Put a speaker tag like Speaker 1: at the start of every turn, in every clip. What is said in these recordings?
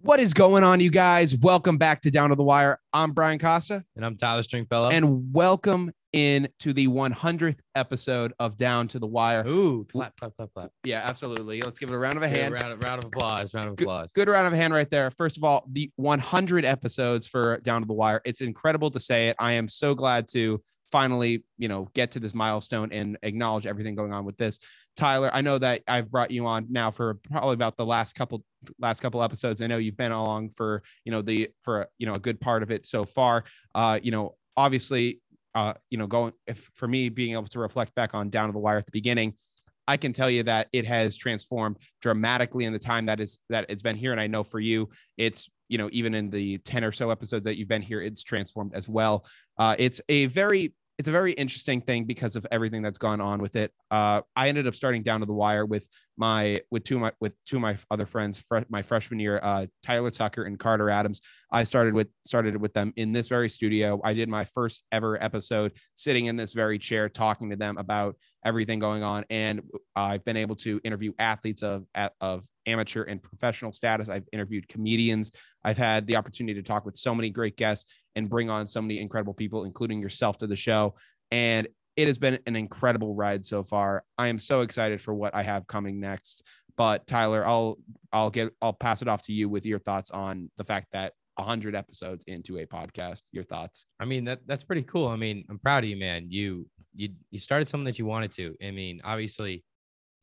Speaker 1: What is going on, you guys? Welcome back to Down to the Wire. I'm Brian Costa,
Speaker 2: And I'm Tyler Stringfellow.
Speaker 1: and welcome in to the 100th episode of Down to the Wire.
Speaker 2: ooh, clap, clap, clap, clap.
Speaker 1: Yeah, absolutely. Let's give it a round of a
Speaker 2: Yeah,
Speaker 1: hand.
Speaker 2: round, of- round of applause. Round of applause.
Speaker 1: Good round of a hand right there. First of all, the 100 episodes for Down to the Wire. It's incredible to say it. I am so glad to finally, you know, get to this milestone and acknowledge everything going on with this. Tyler, I know that I've brought you on now for probably about the last couple last couple episodes. I know you've been along for, you know, the for, you know, a good part of it so far. Uh, you know, obviously, uh, you know, going if for me being able to reflect back on Down to the Wire at the beginning, I can tell you that it has transformed dramatically in the time that is that it's been here. And I know for you, it's you know even in the ten or so episodes that you've been here, it's transformed as well. Uh, it's a very it's a very interesting thing because of everything that's gone on with it. Uh, I ended up starting down to the wire with my with two of my with two of my other friends fre- my freshman year, uh, Tyler Tucker and Carter Adams. I started with started with them in this very studio. I did my first ever episode sitting in this very chair talking to them about everything going on and I've been able to interview athletes of at- of amateur and professional status. I've interviewed comedians. I've had the opportunity to talk with so many great guests and bring on so many incredible people, including yourself, to the show. And it has been an incredible ride so far. I am so excited for what I have coming next. But Tyler, I'll I'll get I'll pass it off to you with your thoughts on the fact that 100 episodes into a podcast. Your thoughts?
Speaker 2: I mean, that that's pretty cool. I mean, I'm proud of you, man. You you you started something that you wanted to. I mean, obviously,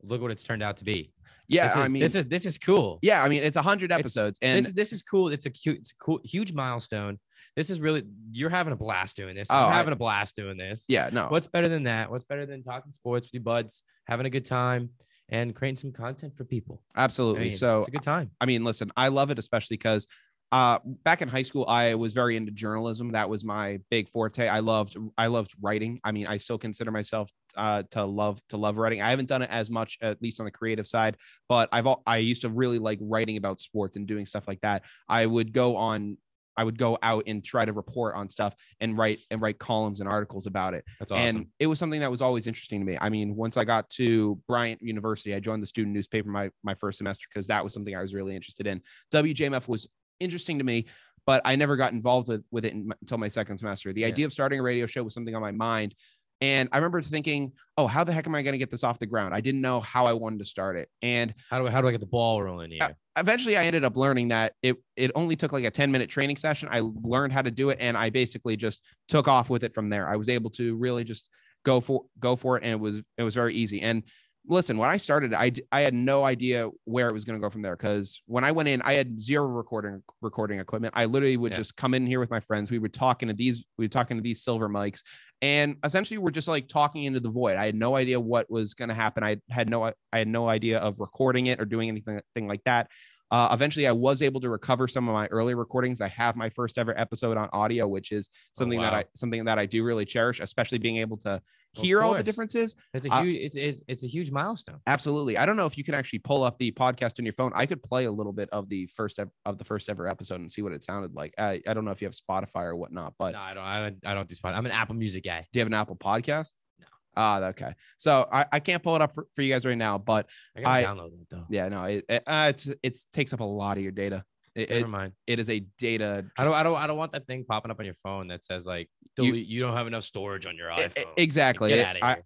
Speaker 2: look what it's turned out to be.
Speaker 1: Yeah,
Speaker 2: This
Speaker 1: I
Speaker 2: is-
Speaker 1: mean,
Speaker 2: this is this is cool.
Speaker 1: yeah, I mean, it's 100
Speaker 2: It's-
Speaker 1: episodes,
Speaker 2: this
Speaker 1: and
Speaker 2: is this is cool. It's a cute, it's a cool, huge milestone. This is really you're having a blast doing this.
Speaker 1: Oh,
Speaker 2: I'm
Speaker 1: I-
Speaker 2: having a blast doing this.
Speaker 1: yeah, no,
Speaker 2: What's better than that? What's better than talking sports with your buds, having a good time, and creating some content for people? I
Speaker 1: absolutely.
Speaker 2: mean,
Speaker 1: so
Speaker 2: it's a good time.
Speaker 1: I mean, listen, I love it, especially because uh, back in high school, I was very into journalism. That was my big forte. I loved, I loved writing. I mean, I still consider myself uh, to love to love writing. I haven't done it as much, at least on the creative side, but I've al- I used to really like writing about sports and doing stuff like that. I would go on. I would go out and try to report on stuff and write and write columns and articles about it
Speaker 2: That's awesome.
Speaker 1: and it was something that was always interesting to me. I mean, once I got to Bryant University, I joined the student newspaper my my first semester because that was something I was really interested in. WJMF was interesting to me, but I never got involved with, with it in my- until my second semester. The
Speaker 2: Yeah.
Speaker 1: idea of starting a radio show was something on my mind. And I remember thinking, oh, how the heck am I going to get this off the ground? I didn't know how I wanted to start it. And
Speaker 2: how do I, how do I get the ball rolling here?
Speaker 1: eventually I ended up learning that it it only took like a 10 minute training session. I learned how to do it and I basically just took off with it from there. I was able to really just go for go for it and it was it was very easy. And listen, when I started I d- I had no idea where it was going to go from there cuz when I went in I had zero recording recording equipment. I literally would
Speaker 2: Yeah.
Speaker 1: just come in here with my friends. We were talking to these we were talking to these silver mics and essentially we're just like talking into the void. I had no idea what was going to happen. I had no I had no idea of recording it or doing anything thing like that. Uh, eventually, I was able to recover some of my early recordings. I have my first ever episode on audio, which is something that
Speaker 2: Oh, wow.
Speaker 1: I something that I do really cherish, especially being able to hear all the
Speaker 2: course.
Speaker 1: differences.
Speaker 2: It's a
Speaker 1: I-
Speaker 2: huge it's, it's it's a huge milestone.
Speaker 1: Absolutely. I don't know if you can actually pull up the podcast on your phone. I could play a little bit of the first ev- of the first ever episode and see what it sounded like. I, I don't know if you have Spotify or whatnot, but
Speaker 2: no, I don't I don't I don't do spot. I'm an Apple Music guy.
Speaker 1: do you have an Apple Podcast?
Speaker 2: No.
Speaker 1: Ah, okay. So I, I can't pull it up for, for you guys right now, but
Speaker 2: I gotta
Speaker 1: I-
Speaker 2: download that though.
Speaker 1: yeah, no, it, it uh, it's it's takes up a lot of your data. It,
Speaker 2: Never
Speaker 1: it,
Speaker 2: mind.
Speaker 1: it is a data
Speaker 2: I don't I don't I don't want that thing popping up on your phone that says like
Speaker 1: You-
Speaker 2: delete you, don't have enough storage on your
Speaker 1: I- I-
Speaker 2: iPhone.
Speaker 1: e, exactly.
Speaker 2: Get
Speaker 1: It-
Speaker 2: out of
Speaker 1: I-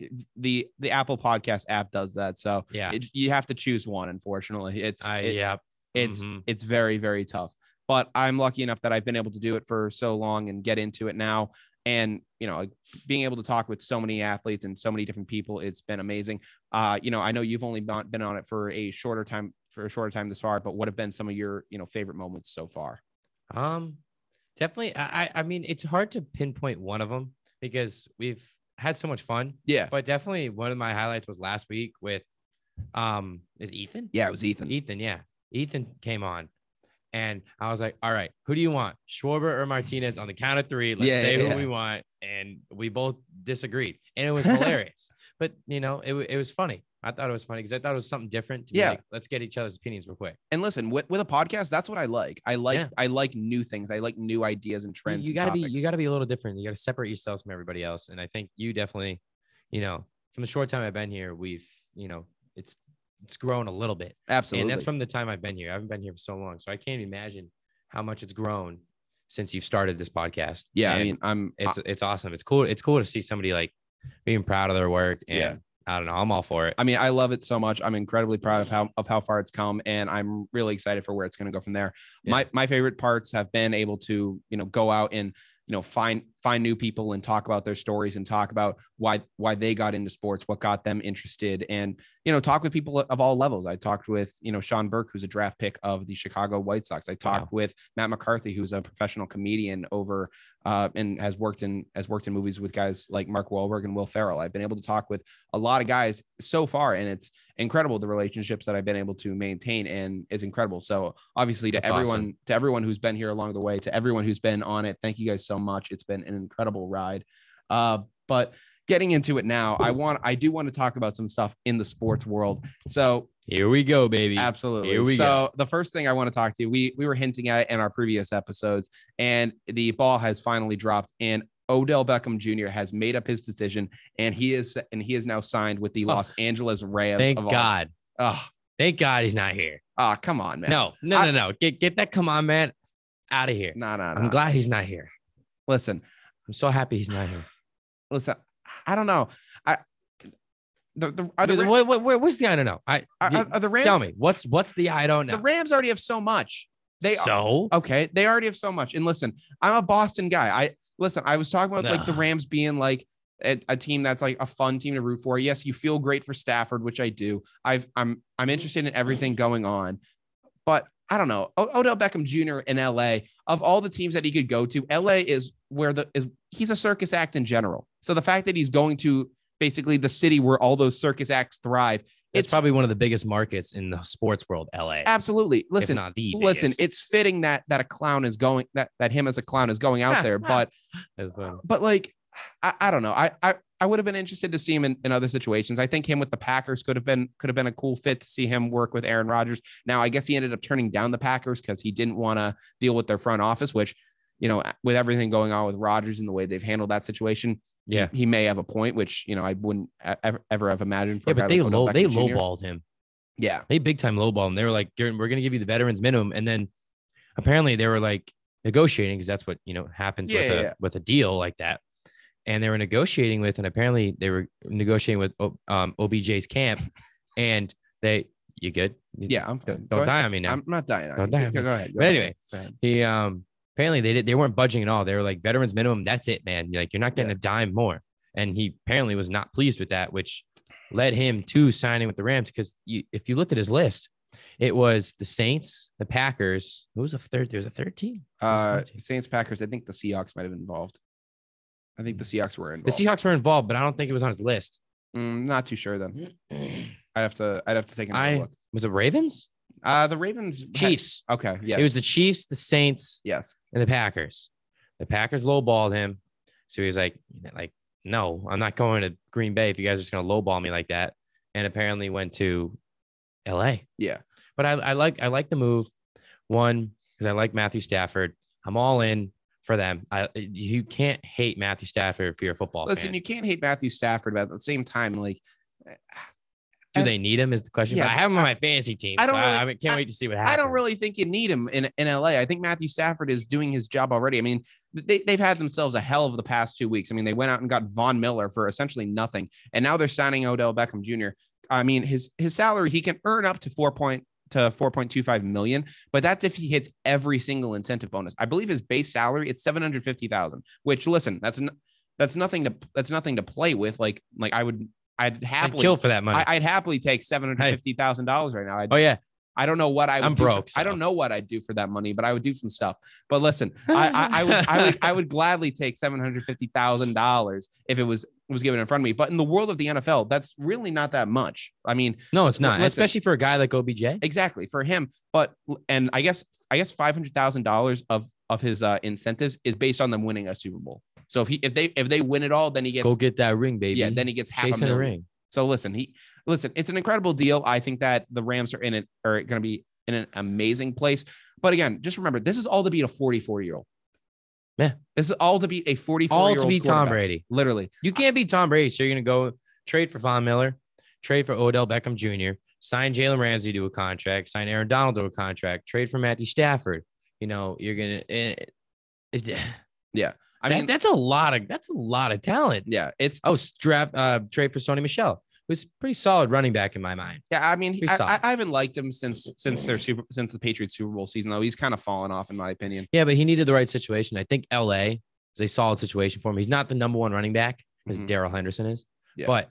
Speaker 2: here.
Speaker 1: the the Apple Podcast app does that, so
Speaker 2: yeah.
Speaker 1: it, you have to choose one. Unfortunately, it's
Speaker 2: I,
Speaker 1: it-
Speaker 2: yeah.
Speaker 1: it's
Speaker 2: mhm.
Speaker 1: it's very very tough. But I'm lucky enough that I've been able to do it for so long and get into it now. And you know, like, being able to talk with so many athletes and so many different people, it's been amazing. Uh, you know, I know you've only not been on it for a shorter time for a shorter time this far, but what have been some of your you know favorite moments so far?
Speaker 2: Um, definitely. I, I I mean, it's hard to pinpoint one of them because we've had so much fun.
Speaker 1: Yeah,
Speaker 2: But definitely, one of my highlights was last week with, um, is Ethan?
Speaker 1: yeah, it was Ethan.
Speaker 2: Ethan, yeah. Ethan came on, and I was like, "All right, who do you want, Schwarber or Martinez?" On the count of three, let's
Speaker 1: Yeah,
Speaker 2: say
Speaker 1: yeah.
Speaker 2: who we want, and we both disagreed, and it was hilarious. but you know, it wa- it was funny. I thought it was funny because I thought it was something different. To be
Speaker 1: Yeah.
Speaker 2: like, let's get each other's opinions real quick.
Speaker 1: and listen with, with a podcast that's what i like i like
Speaker 2: Yeah.
Speaker 1: i like new things i like new ideas and
Speaker 2: You-
Speaker 1: trends
Speaker 2: You
Speaker 1: and
Speaker 2: gotta be you
Speaker 1: topics.
Speaker 2: gotta be a little different. You gotta separate yourselves from everybody else. And I think you definitely, you know, from the short time I've been here, we've you know, it's it's grown a little bit.
Speaker 1: Absolutely.
Speaker 2: And that's from the time I've been here. I haven't been here for so long. So I can't imagine how much it's grown since you've started this podcast.
Speaker 1: yeah, I
Speaker 2: And
Speaker 1: mean, I'm
Speaker 2: it's it's awesome. It's cool. It's cool to see somebody like being proud of their work. And
Speaker 1: Yeah.
Speaker 2: I don't know. I'm all for it.
Speaker 1: I mean, I love it so much. I'm incredibly proud of how of how far it's come, and I'm really excited for where it's going to go from there.
Speaker 2: Yeah.
Speaker 1: My my favorite parts have been able to you know go out and you know find find new people and talk about their stories and talk about why why they got into sports, what got them interested, and you know talk with people of all levels. I talked with you know Sean Burke, who's a draft pick of the Chicago White Sox. I talked
Speaker 2: Wow.
Speaker 1: with Matt McCarthy, who's a professional comedian over uh, and has worked in has worked in movies with guys like Mark Wahlberg and Will Ferrell. I've been able to talk with a lot of guys so far and it's incredible the relationships that i've been able to maintain and it's incredible so obviously to
Speaker 2: That's
Speaker 1: everyone
Speaker 2: awesome.
Speaker 1: to everyone who's been here along the way to everyone who's been on it thank you guys so much it's been an incredible ride uh, but getting into it now i want i do want to talk about some stuff in the sports world so
Speaker 2: Here we go, baby.
Speaker 1: absolutely
Speaker 2: Here we
Speaker 1: so the first thing i want to talk to you we we were hinting at it in our previous episodes and the ball has finally dropped and Odell Beckham Jr. has made up his decision, and he is and he is now signed with the
Speaker 2: Oh.
Speaker 1: Los Angeles Rams.
Speaker 2: Thank
Speaker 1: of all
Speaker 2: God.
Speaker 1: Oh,
Speaker 2: Thank God he's not here.
Speaker 1: oh come on, man.
Speaker 2: No, no,
Speaker 1: I-
Speaker 2: no, no. Get get that come on, man, out of here.
Speaker 1: no, no, no.
Speaker 2: I'm glad he's not here.
Speaker 1: listen,
Speaker 2: I'm so happy he's not here.
Speaker 1: listen. I don't know. I the the are the,
Speaker 2: What,
Speaker 1: Ra-
Speaker 2: what, what- what's the I don't know? I
Speaker 1: are,
Speaker 2: you-
Speaker 1: are- are the Rams
Speaker 2: tell me what's what's the I don't know.
Speaker 1: the Rams already have so much. They are
Speaker 2: so
Speaker 1: okay. They already have so much. And listen, I'm a Boston guy. I listen. I was talking about like the
Speaker 2: Nah.
Speaker 1: Rams being like. A, a team that's like a fun team to root for. Yes, you feel great for Stafford, which I do. I've I'm I'm interested in everything going on, but I don't know. O- Odell Beckham Jr. in LA, of all the teams that he could go to, LA is where the is he's a circus act in general. So the fact that he's going to basically the city where all those circus acts thrive,
Speaker 2: it's,
Speaker 1: it's
Speaker 2: probably one of the biggest markets in the sports world, LA.
Speaker 1: absolutely.
Speaker 2: if
Speaker 1: Listen,
Speaker 2: not the
Speaker 1: listen,
Speaker 2: biggest.
Speaker 1: it's fitting that that a clown is going that that him as a clown is going out there, but
Speaker 2: That's funny.
Speaker 1: but like I, I don't know. I I I would have been interested to see him in, in other situations. I think him with the Packers could have been could have been a cool fit to see him work with Aaron Rodgers. Now I guess he ended up turning down the Packers because he didn't want to deal with their front office, which you know with everything going on with Rodgers and the way they've handled that situation,
Speaker 2: yeah,
Speaker 1: he may have a point, which you know I wouldn't e- ever, ever have imagined. For
Speaker 2: yeah,
Speaker 1: a guy
Speaker 2: but they
Speaker 1: like Odell
Speaker 2: low they
Speaker 1: Beckham Jr..
Speaker 2: lowballed him.
Speaker 1: Yeah,
Speaker 2: They big time lowballed him. They were like, "You're- "We're gonna give you the veterans minimum," and then apparently they were like negotiating because that's what you know happens
Speaker 1: Yeah,
Speaker 2: with
Speaker 1: yeah,
Speaker 2: a
Speaker 1: yeah.
Speaker 2: with a deal like that. And they were negotiating with, and apparently they were negotiating with O- um, OBJ's camp, and they, you good? You-
Speaker 1: yeah. I'm fine.
Speaker 2: Don't,
Speaker 1: Go
Speaker 2: don't
Speaker 1: ahead.
Speaker 2: die on me now.
Speaker 1: I'm not dying.
Speaker 2: Don't die on
Speaker 1: Go,
Speaker 2: me.
Speaker 1: go ahead. go
Speaker 2: But
Speaker 1: ahead,
Speaker 2: anyway,
Speaker 1: go ahead.
Speaker 2: the um apparently they did they weren't budging at all. They were like veterans minimum, that's it, man. You're like you're not getting
Speaker 1: Yeah.
Speaker 2: a dime more. And he apparently was not pleased with that, which led him to signing with the Rams because you, if you looked at his list, it was the Saints, the Packers. Who was a third? There was a third team.
Speaker 1: Uh,
Speaker 2: Saints.
Speaker 1: Saints Packers. I think the Seahawks might have been involved. I think the Seahawks were
Speaker 2: Hmm. The
Speaker 1: involved.
Speaker 2: Seahawks were involved, but I don't think it was on his list.
Speaker 1: Mm, not too sure then.
Speaker 2: was
Speaker 1: I'd have to. I'd have to take another
Speaker 2: I-
Speaker 1: look.
Speaker 2: it Ravens?
Speaker 1: Uh, the Ravens. had-
Speaker 2: Chiefs.
Speaker 1: okay. Yeah.
Speaker 2: It was the Chiefs, the Saints,
Speaker 1: yes.
Speaker 2: and the Packers. The Packers lowballed him, so he was like, like, no, I'm not going to Green Bay if you guys are just going to lowball me like that. And apparently went to L.A.
Speaker 1: Yeah.
Speaker 2: But I, I like I like the move, one because I like Matthew Stafford. I'm all in for them. I you can't hate Matthew Stafford if you're a football
Speaker 1: Listen,
Speaker 2: fan.
Speaker 1: you can't hate Matthew Stafford, but at the same time, like,
Speaker 2: Do they need him? Is the question.
Speaker 1: Yeah,
Speaker 2: but I have him on my fantasy team.
Speaker 1: I
Speaker 2: I
Speaker 1: don't
Speaker 2: don't.
Speaker 1: really-
Speaker 2: I, can't wait to see what happens.
Speaker 1: I don't really think you need him in in LA. I think Matthew Stafford is doing his job already. I mean, they they've had themselves a hell of the past two weeks. I mean, they went out and got Von Miller for essentially nothing, and now they're signing Odell Beckham Jr. I mean, his his salary he can earn up to four point to 4.25 million, but that's if he hits every single incentive bonus. I believe his base salary it's 750,000, which listen, that's n- that's nothing to that's nothing to play with. Like like I would I'd
Speaker 2: I'd
Speaker 1: happily
Speaker 2: kill for that money.
Speaker 1: I, would happily take $750,000 right now. I'd
Speaker 2: oh yeah,
Speaker 1: I don't know what I would
Speaker 2: I'm
Speaker 1: do for-
Speaker 2: broke,
Speaker 1: I don't
Speaker 2: so.
Speaker 1: know what I'd do for that money, but I would do some stuff. But listen, I, I, I would I would I would gladly take seven hundred fifty thousand dollars if it was was given in front of me. But in the world of the NFL, that's really not that much. I mean,
Speaker 2: no, it's not.
Speaker 1: Listen.
Speaker 2: Especially for a guy like OBJ.
Speaker 1: exactly for him. But and I guess I guess five hundred thousand dollars of of his uh, incentives is based on them winning a Super Bowl. So if he if they if they win it all, then he gets
Speaker 2: Go get that ring, baby.
Speaker 1: yeah, then he gets half a
Speaker 2: chasing a
Speaker 1: million.
Speaker 2: ring.
Speaker 1: So listen, he listen, it's an incredible deal. I think that the Rams are in it are going to be in an amazing place. But again, just remember, this is all to beat a 44 year old.
Speaker 2: Yeah.
Speaker 1: this is all to beat a 44
Speaker 2: All
Speaker 1: year
Speaker 2: to
Speaker 1: old
Speaker 2: be Tom Brady.
Speaker 1: Literally,
Speaker 2: You can't be Tom Brady, so you're gonna go trade for Von Miller, trade for Odell Beckham Jr., sign Jalen Ramsey to a contract, sign Aaron Donald to a contract, trade for Matthew Stafford. You know, you're gonna. It, it-
Speaker 1: I
Speaker 2: that-
Speaker 1: mean,
Speaker 2: that's a lot of that's a lot of talent.
Speaker 1: yeah, it's
Speaker 2: Oh, draft uh, trade for Sony Michelle, who's a pretty solid running back in my mind.
Speaker 1: yeah. I mean, he-
Speaker 2: We saw.
Speaker 1: I, I, I haven't liked him since since their super since the Patriots Super Bowl season though. He's kind of fallen off in my opinion.
Speaker 2: Yeah, but he needed the right situation. I think LA is a solid situation for him. He's not the number one running back as
Speaker 1: Mhm.
Speaker 2: Daryl Henderson is,
Speaker 1: Yeah.
Speaker 2: but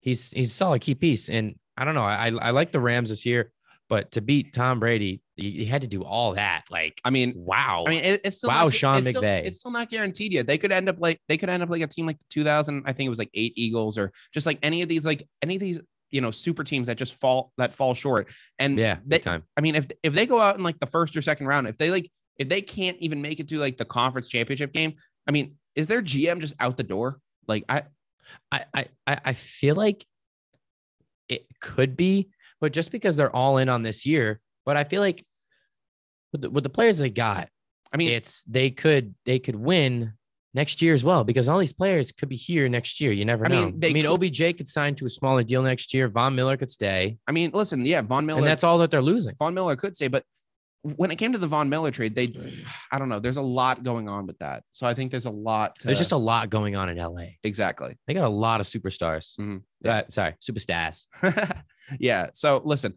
Speaker 2: he's he's a solid key piece. And I don't know. I I I like the Rams this year, but to beat Tom Brady, you, you had to do all that. Like,
Speaker 1: I mean,
Speaker 2: wow.
Speaker 1: I mean, it, it's still
Speaker 2: Wow,
Speaker 1: not,
Speaker 2: Sean
Speaker 1: it's still-
Speaker 2: McVay.
Speaker 1: it's still not guaranteed yet. They could end up like they could end up like a team like 2000. I think it was like eight Eagles or just like any of these like any of these you know super teams that just fall that fall short. And
Speaker 2: yeah, big
Speaker 1: they-
Speaker 2: time.
Speaker 1: I mean, if if they go out in like the first or second round, if they like if they can't even make it to like the conference championship game, I mean, is their GM just out the door? Like I
Speaker 2: I I I I feel like it could be, but just because they're all in on this year, but I feel like with the, with the players they got,
Speaker 1: I mean
Speaker 2: it's they could they could win next year as well because all these players could be here next year. You never
Speaker 1: I
Speaker 2: know.
Speaker 1: mean, they
Speaker 2: I mean,
Speaker 1: could-
Speaker 2: OBJ could sign to a smaller deal next year. Von Miller could stay,
Speaker 1: I mean listen, yeah, Von Miller
Speaker 2: and that's all that they're losing.
Speaker 1: Von Miller could stay, but when it came to the Von Miller trade, they I don't know, there's a lot going on with that. So I think there's a lot to
Speaker 2: There's just a lot going on in LA.
Speaker 1: exactly.
Speaker 2: They got a lot of superstars.
Speaker 1: Mhm.
Speaker 2: Uh, sorry, superstars.
Speaker 1: yeah. So listen,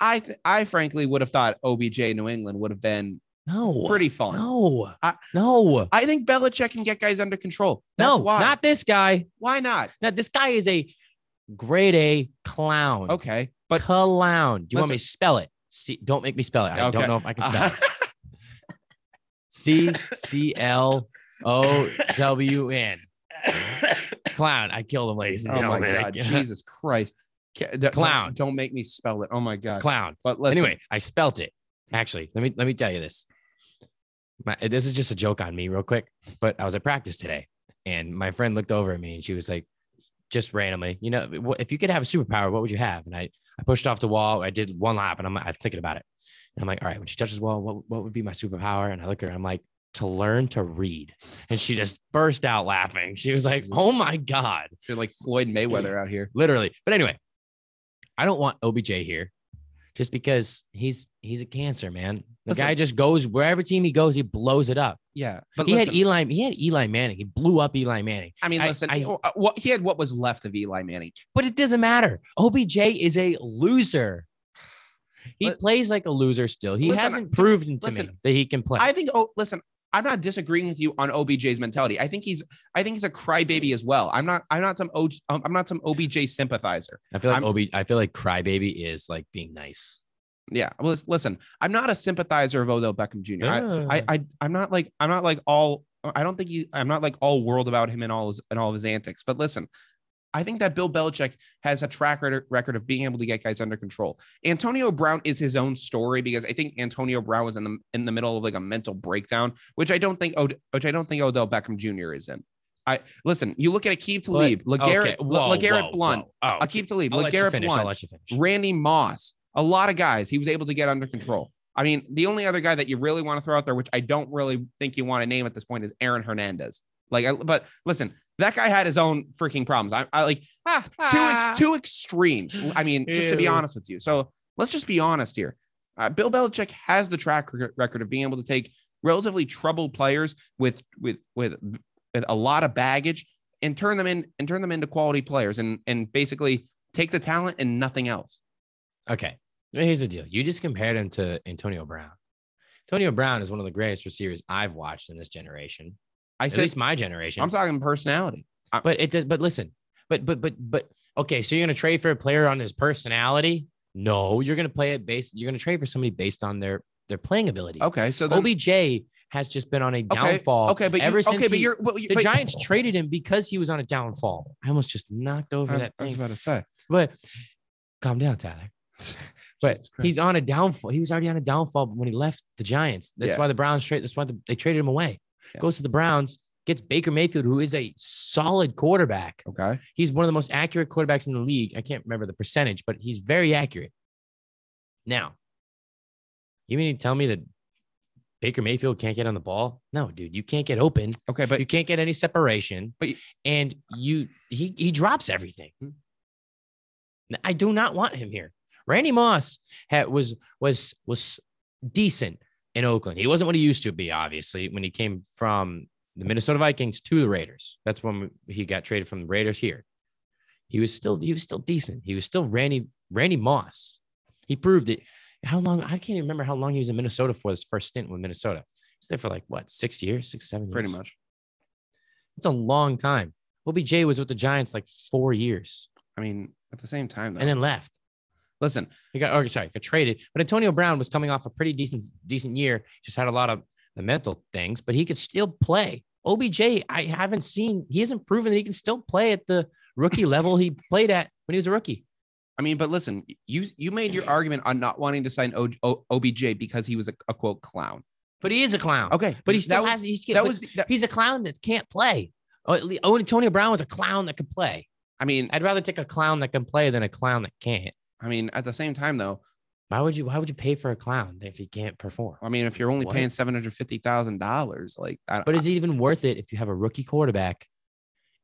Speaker 1: I th- I frankly would have thought OBJ New England would have been
Speaker 2: No,
Speaker 1: pretty fun.
Speaker 2: no,
Speaker 1: I-
Speaker 2: no,
Speaker 1: I think Belichick can get guys under control. That's
Speaker 2: no,
Speaker 1: why.
Speaker 2: not this guy.
Speaker 1: why not?
Speaker 2: Now this guy is a grade A clown.
Speaker 1: Okay, but
Speaker 2: clown. Do you
Speaker 1: Listen.
Speaker 2: want me to spell it? See, don't make me spell it. I
Speaker 1: Okay.
Speaker 2: don't know if I can spell it. C C L O W N. Clown. I killed him, ladies and
Speaker 1: oh my
Speaker 2: gentlemen. I-
Speaker 1: god, Jesus Christ, Ca- d- don't-
Speaker 2: Clown.
Speaker 1: Don't, make me spell it. Oh my god.
Speaker 2: Clown.
Speaker 1: But listen,
Speaker 2: Anyway, I spelt it. Actually, let me let me tell you this. My, this is just a joke on me, real quick. But I was at practice today, and my friend looked over at me, and she was like, just randomly, you know, "What- if you could have a superpower, what would you have? And I I pushed off the wall. I did one lap, and I'm I'm thinking about it. And I'm like, all right, when she touches the wall, what what would be my superpower? And I look at her, I'm like, to learn to read. And she just burst out laughing. She was like, oh my god
Speaker 1: you're like Floyd Mayweather out here.
Speaker 2: literally. But anyway, I don't want OBJ here just because he's he's a cancer, man. The
Speaker 1: Listen.
Speaker 2: guy just goes wherever team he goes, he blows it up.
Speaker 1: Yeah, but
Speaker 2: he
Speaker 1: listen,
Speaker 2: had Eli, he had Eli Manning. He blew up Eli Manning.
Speaker 1: I mean,
Speaker 2: I-
Speaker 1: listen,
Speaker 2: I-
Speaker 1: uh, what he had what was left of Eli Manning.
Speaker 2: But it doesn't matter. OBJ is a loser. He
Speaker 1: Let-
Speaker 2: plays like a loser still. He
Speaker 1: Listen,
Speaker 2: hasn't proven to me
Speaker 1: listen,
Speaker 2: that he can play.
Speaker 1: I think. Oh, listen, I'm not disagreeing with you on OBJ's mentality. I think he's. I think he's a crybaby as well. I'm not. I'm not some. OG, um, I'm not some OBJ sympathizer.
Speaker 2: I feel like
Speaker 1: I'm-
Speaker 2: OB, I feel like crybaby is like being nice.
Speaker 1: Yeah. Well, lis- listen, I'm not a sympathizer of Odell Beckham Jr. I- I,
Speaker 2: Ah.
Speaker 1: I, I'm not like. I'm not like all. I don't think he. I'm not like all world about him and all his and all of his antics. But listen. I think that Bill Belichick has a track record record of being able to get guys under control. Antonio Brown is his own story because I think Antonio Brown was in the in the middle of like a mental breakdown, which I don't think Od- which I don't think Odell Beckham Jr. is in. I listen. You look at Akeem Talib,
Speaker 2: But-
Speaker 1: LeGarrette,
Speaker 2: okay, whoa,
Speaker 1: LeGarrette
Speaker 2: whoa,
Speaker 1: Blunt,
Speaker 2: whoa. Oh,
Speaker 1: Akeem Talib,
Speaker 2: I'll let you
Speaker 1: LeGarrette
Speaker 2: finish. I'll
Speaker 1: Blunt,
Speaker 2: let you finish.
Speaker 1: Randy Moss, a lot of guys he was able to get under control. I mean, the only other guy that you really want to throw out there, which I don't really think you want to name at this point, is Aaron Hernandez. Like, I, but listen, that guy had his own freaking problems. I, I like two ex, two extremes. I mean, just to be
Speaker 2: Ew.
Speaker 1: honest with you. So let's just be honest here. Uh, Bill Belichick has the track rec- record of being able to take relatively troubled players with with with with a lot of baggage and turn them in and turn them into quality players and and basically take the talent and nothing else.
Speaker 2: Okay. Here's the deal. You just compared him to Antonio Brown. Antonio Brown is one of the greatest receivers I've watched in this generation.
Speaker 1: I
Speaker 2: At
Speaker 1: said
Speaker 2: least my generation.
Speaker 1: I'm talking personality.
Speaker 2: but it does, but listen, but but but but okay, so you're gonna trade for a player on his personality? No, you're gonna play it based, you're gonna trade for somebody based on their their playing ability.
Speaker 1: Okay, so then,
Speaker 2: OBJ has just been on a downfall.
Speaker 1: okay, but
Speaker 2: ever
Speaker 1: you,
Speaker 2: since
Speaker 1: okay, but
Speaker 2: he-
Speaker 1: you're but, you-
Speaker 2: the
Speaker 1: but-
Speaker 2: Giants traded him because he was on a downfall. I almost just knocked over
Speaker 1: I,
Speaker 2: that
Speaker 1: Uh, I was
Speaker 2: thing.
Speaker 1: about to say.
Speaker 2: But calm down, Tyler. But
Speaker 1: Jesus Christ.
Speaker 2: he's on a downfall. He was already on a downfall when he left the Giants. That's
Speaker 1: Yeah.
Speaker 2: why the Browns trade. That's why the, they traded him away.
Speaker 1: Yeah.
Speaker 2: Goes to the Browns, gets Baker Mayfield, who is a solid quarterback.
Speaker 1: Okay,
Speaker 2: He's one of the most accurate quarterbacks in the league. I can't remember the percentage, but he's very accurate. Now, you mean to tell me that Baker Mayfield can't get on the ball? No, dude, you can't get open.
Speaker 1: okay, but
Speaker 2: you can't get any separation.
Speaker 1: But Hmm. you-
Speaker 2: and you he he drops everything. I do not want him here. Randy Moss had, was was was decent in Oakland. He wasn't what he used to be, obviously, when he came from the Minnesota Vikings to the Raiders. That's when he got traded from the Raiders here. He was still he was still decent. He was still Randy Randy Moss. He proved it. How long? I can't even remember how long he was in Minnesota for his first stint with Minnesota. He's there for like what six years, six seven years.
Speaker 1: pretty much.
Speaker 2: It's a long time. OBJ was with the Giants like four years
Speaker 1: I mean, at the same time, though,
Speaker 2: and then left.
Speaker 1: listen,
Speaker 2: He got, or sorry, got traded. But Antonio Brown was coming off a pretty decent, decent year. Just had a lot of the mental things, but he could still play. OBJ, I haven't seen. He hasn't proven that he can still play at the rookie level he played at when he was a rookie.
Speaker 1: I mean, but listen, you you made your argument on not wanting to sign o, O- OBJ because he was a, a quote clown.
Speaker 2: But he is a clown.
Speaker 1: Okay,
Speaker 2: But he still
Speaker 1: that
Speaker 2: has. He's,
Speaker 1: Was,
Speaker 2: but
Speaker 1: that was the- that,
Speaker 2: he's a clown that can't play. Oh, at least- oh, Antonio Brown was a clown that could play.
Speaker 1: I mean,
Speaker 2: I'd rather take a clown that can play than a clown that can't.
Speaker 1: I mean, at the same time though,
Speaker 2: Why would you? Why would you pay for a clown if he can't perform?
Speaker 1: I mean, if you're only
Speaker 2: What?
Speaker 1: paying seven hundred fifty thousand dollars, like, I,
Speaker 2: But is it even worth it if you have a rookie quarterback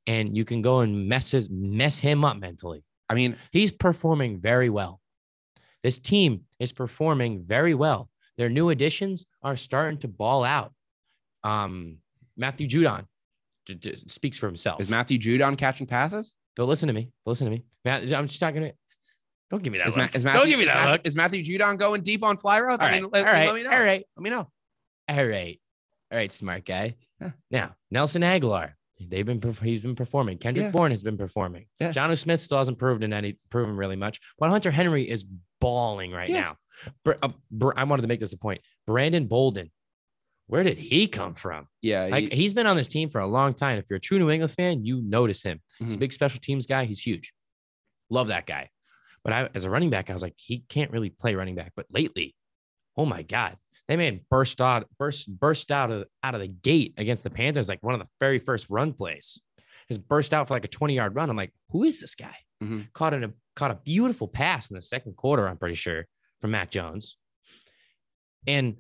Speaker 2: and you can go and mess his, mess him up mentally?
Speaker 1: I mean,
Speaker 2: He's performing very well. This team is performing very well. Their new additions are starting to ball out. Um, Matthew Judon d- d- speaks for himself.
Speaker 1: is Matthew Judon catching passes?
Speaker 2: But listen to me. Listen to me. Matt, I'm just not gonna. Don't give me that
Speaker 1: Is,
Speaker 2: look.
Speaker 1: Ma- is Matthew,
Speaker 2: Don't give me
Speaker 1: is
Speaker 2: that
Speaker 1: Matthew,
Speaker 2: look.
Speaker 1: is Matthew Judon going deep on fly routes?
Speaker 2: All
Speaker 1: I
Speaker 2: right.
Speaker 1: mean,
Speaker 2: All
Speaker 1: let,
Speaker 2: right.
Speaker 1: let me know.
Speaker 2: All right.
Speaker 1: Let me know.
Speaker 2: All right. All right, smart guy.
Speaker 1: Yeah.
Speaker 2: Now, Nelson Aguilar, they've been perf- he's been performing. Kendrick
Speaker 1: Yeah.
Speaker 2: Bourne has been performing.
Speaker 1: Yeah.
Speaker 2: John Smith still hasn't proven in any proven really much. But Hunter Henry is balling right
Speaker 1: Yeah.
Speaker 2: now. Br- uh, Br- I wanted to make this a point. Brandon Bolden, where did he come from?
Speaker 1: Yeah, he-
Speaker 2: Like he's been on this team for a long time. If you're a true New England fan, you notice him. He's a
Speaker 1: Mhm.
Speaker 2: big special teams guy. He's huge. Love that guy. But I, as a running back, I was like, he can't really play running back. But lately, oh my god, that man burst out, burst, burst out of out of the gate against the Panthers, like one of the very first run plays. Just burst out for like a 20 yard run. I'm like, who is this guy?
Speaker 1: Mhm.
Speaker 2: Caught in a caught a beautiful pass in the second quarter. I'm pretty sure from Mac Jones. And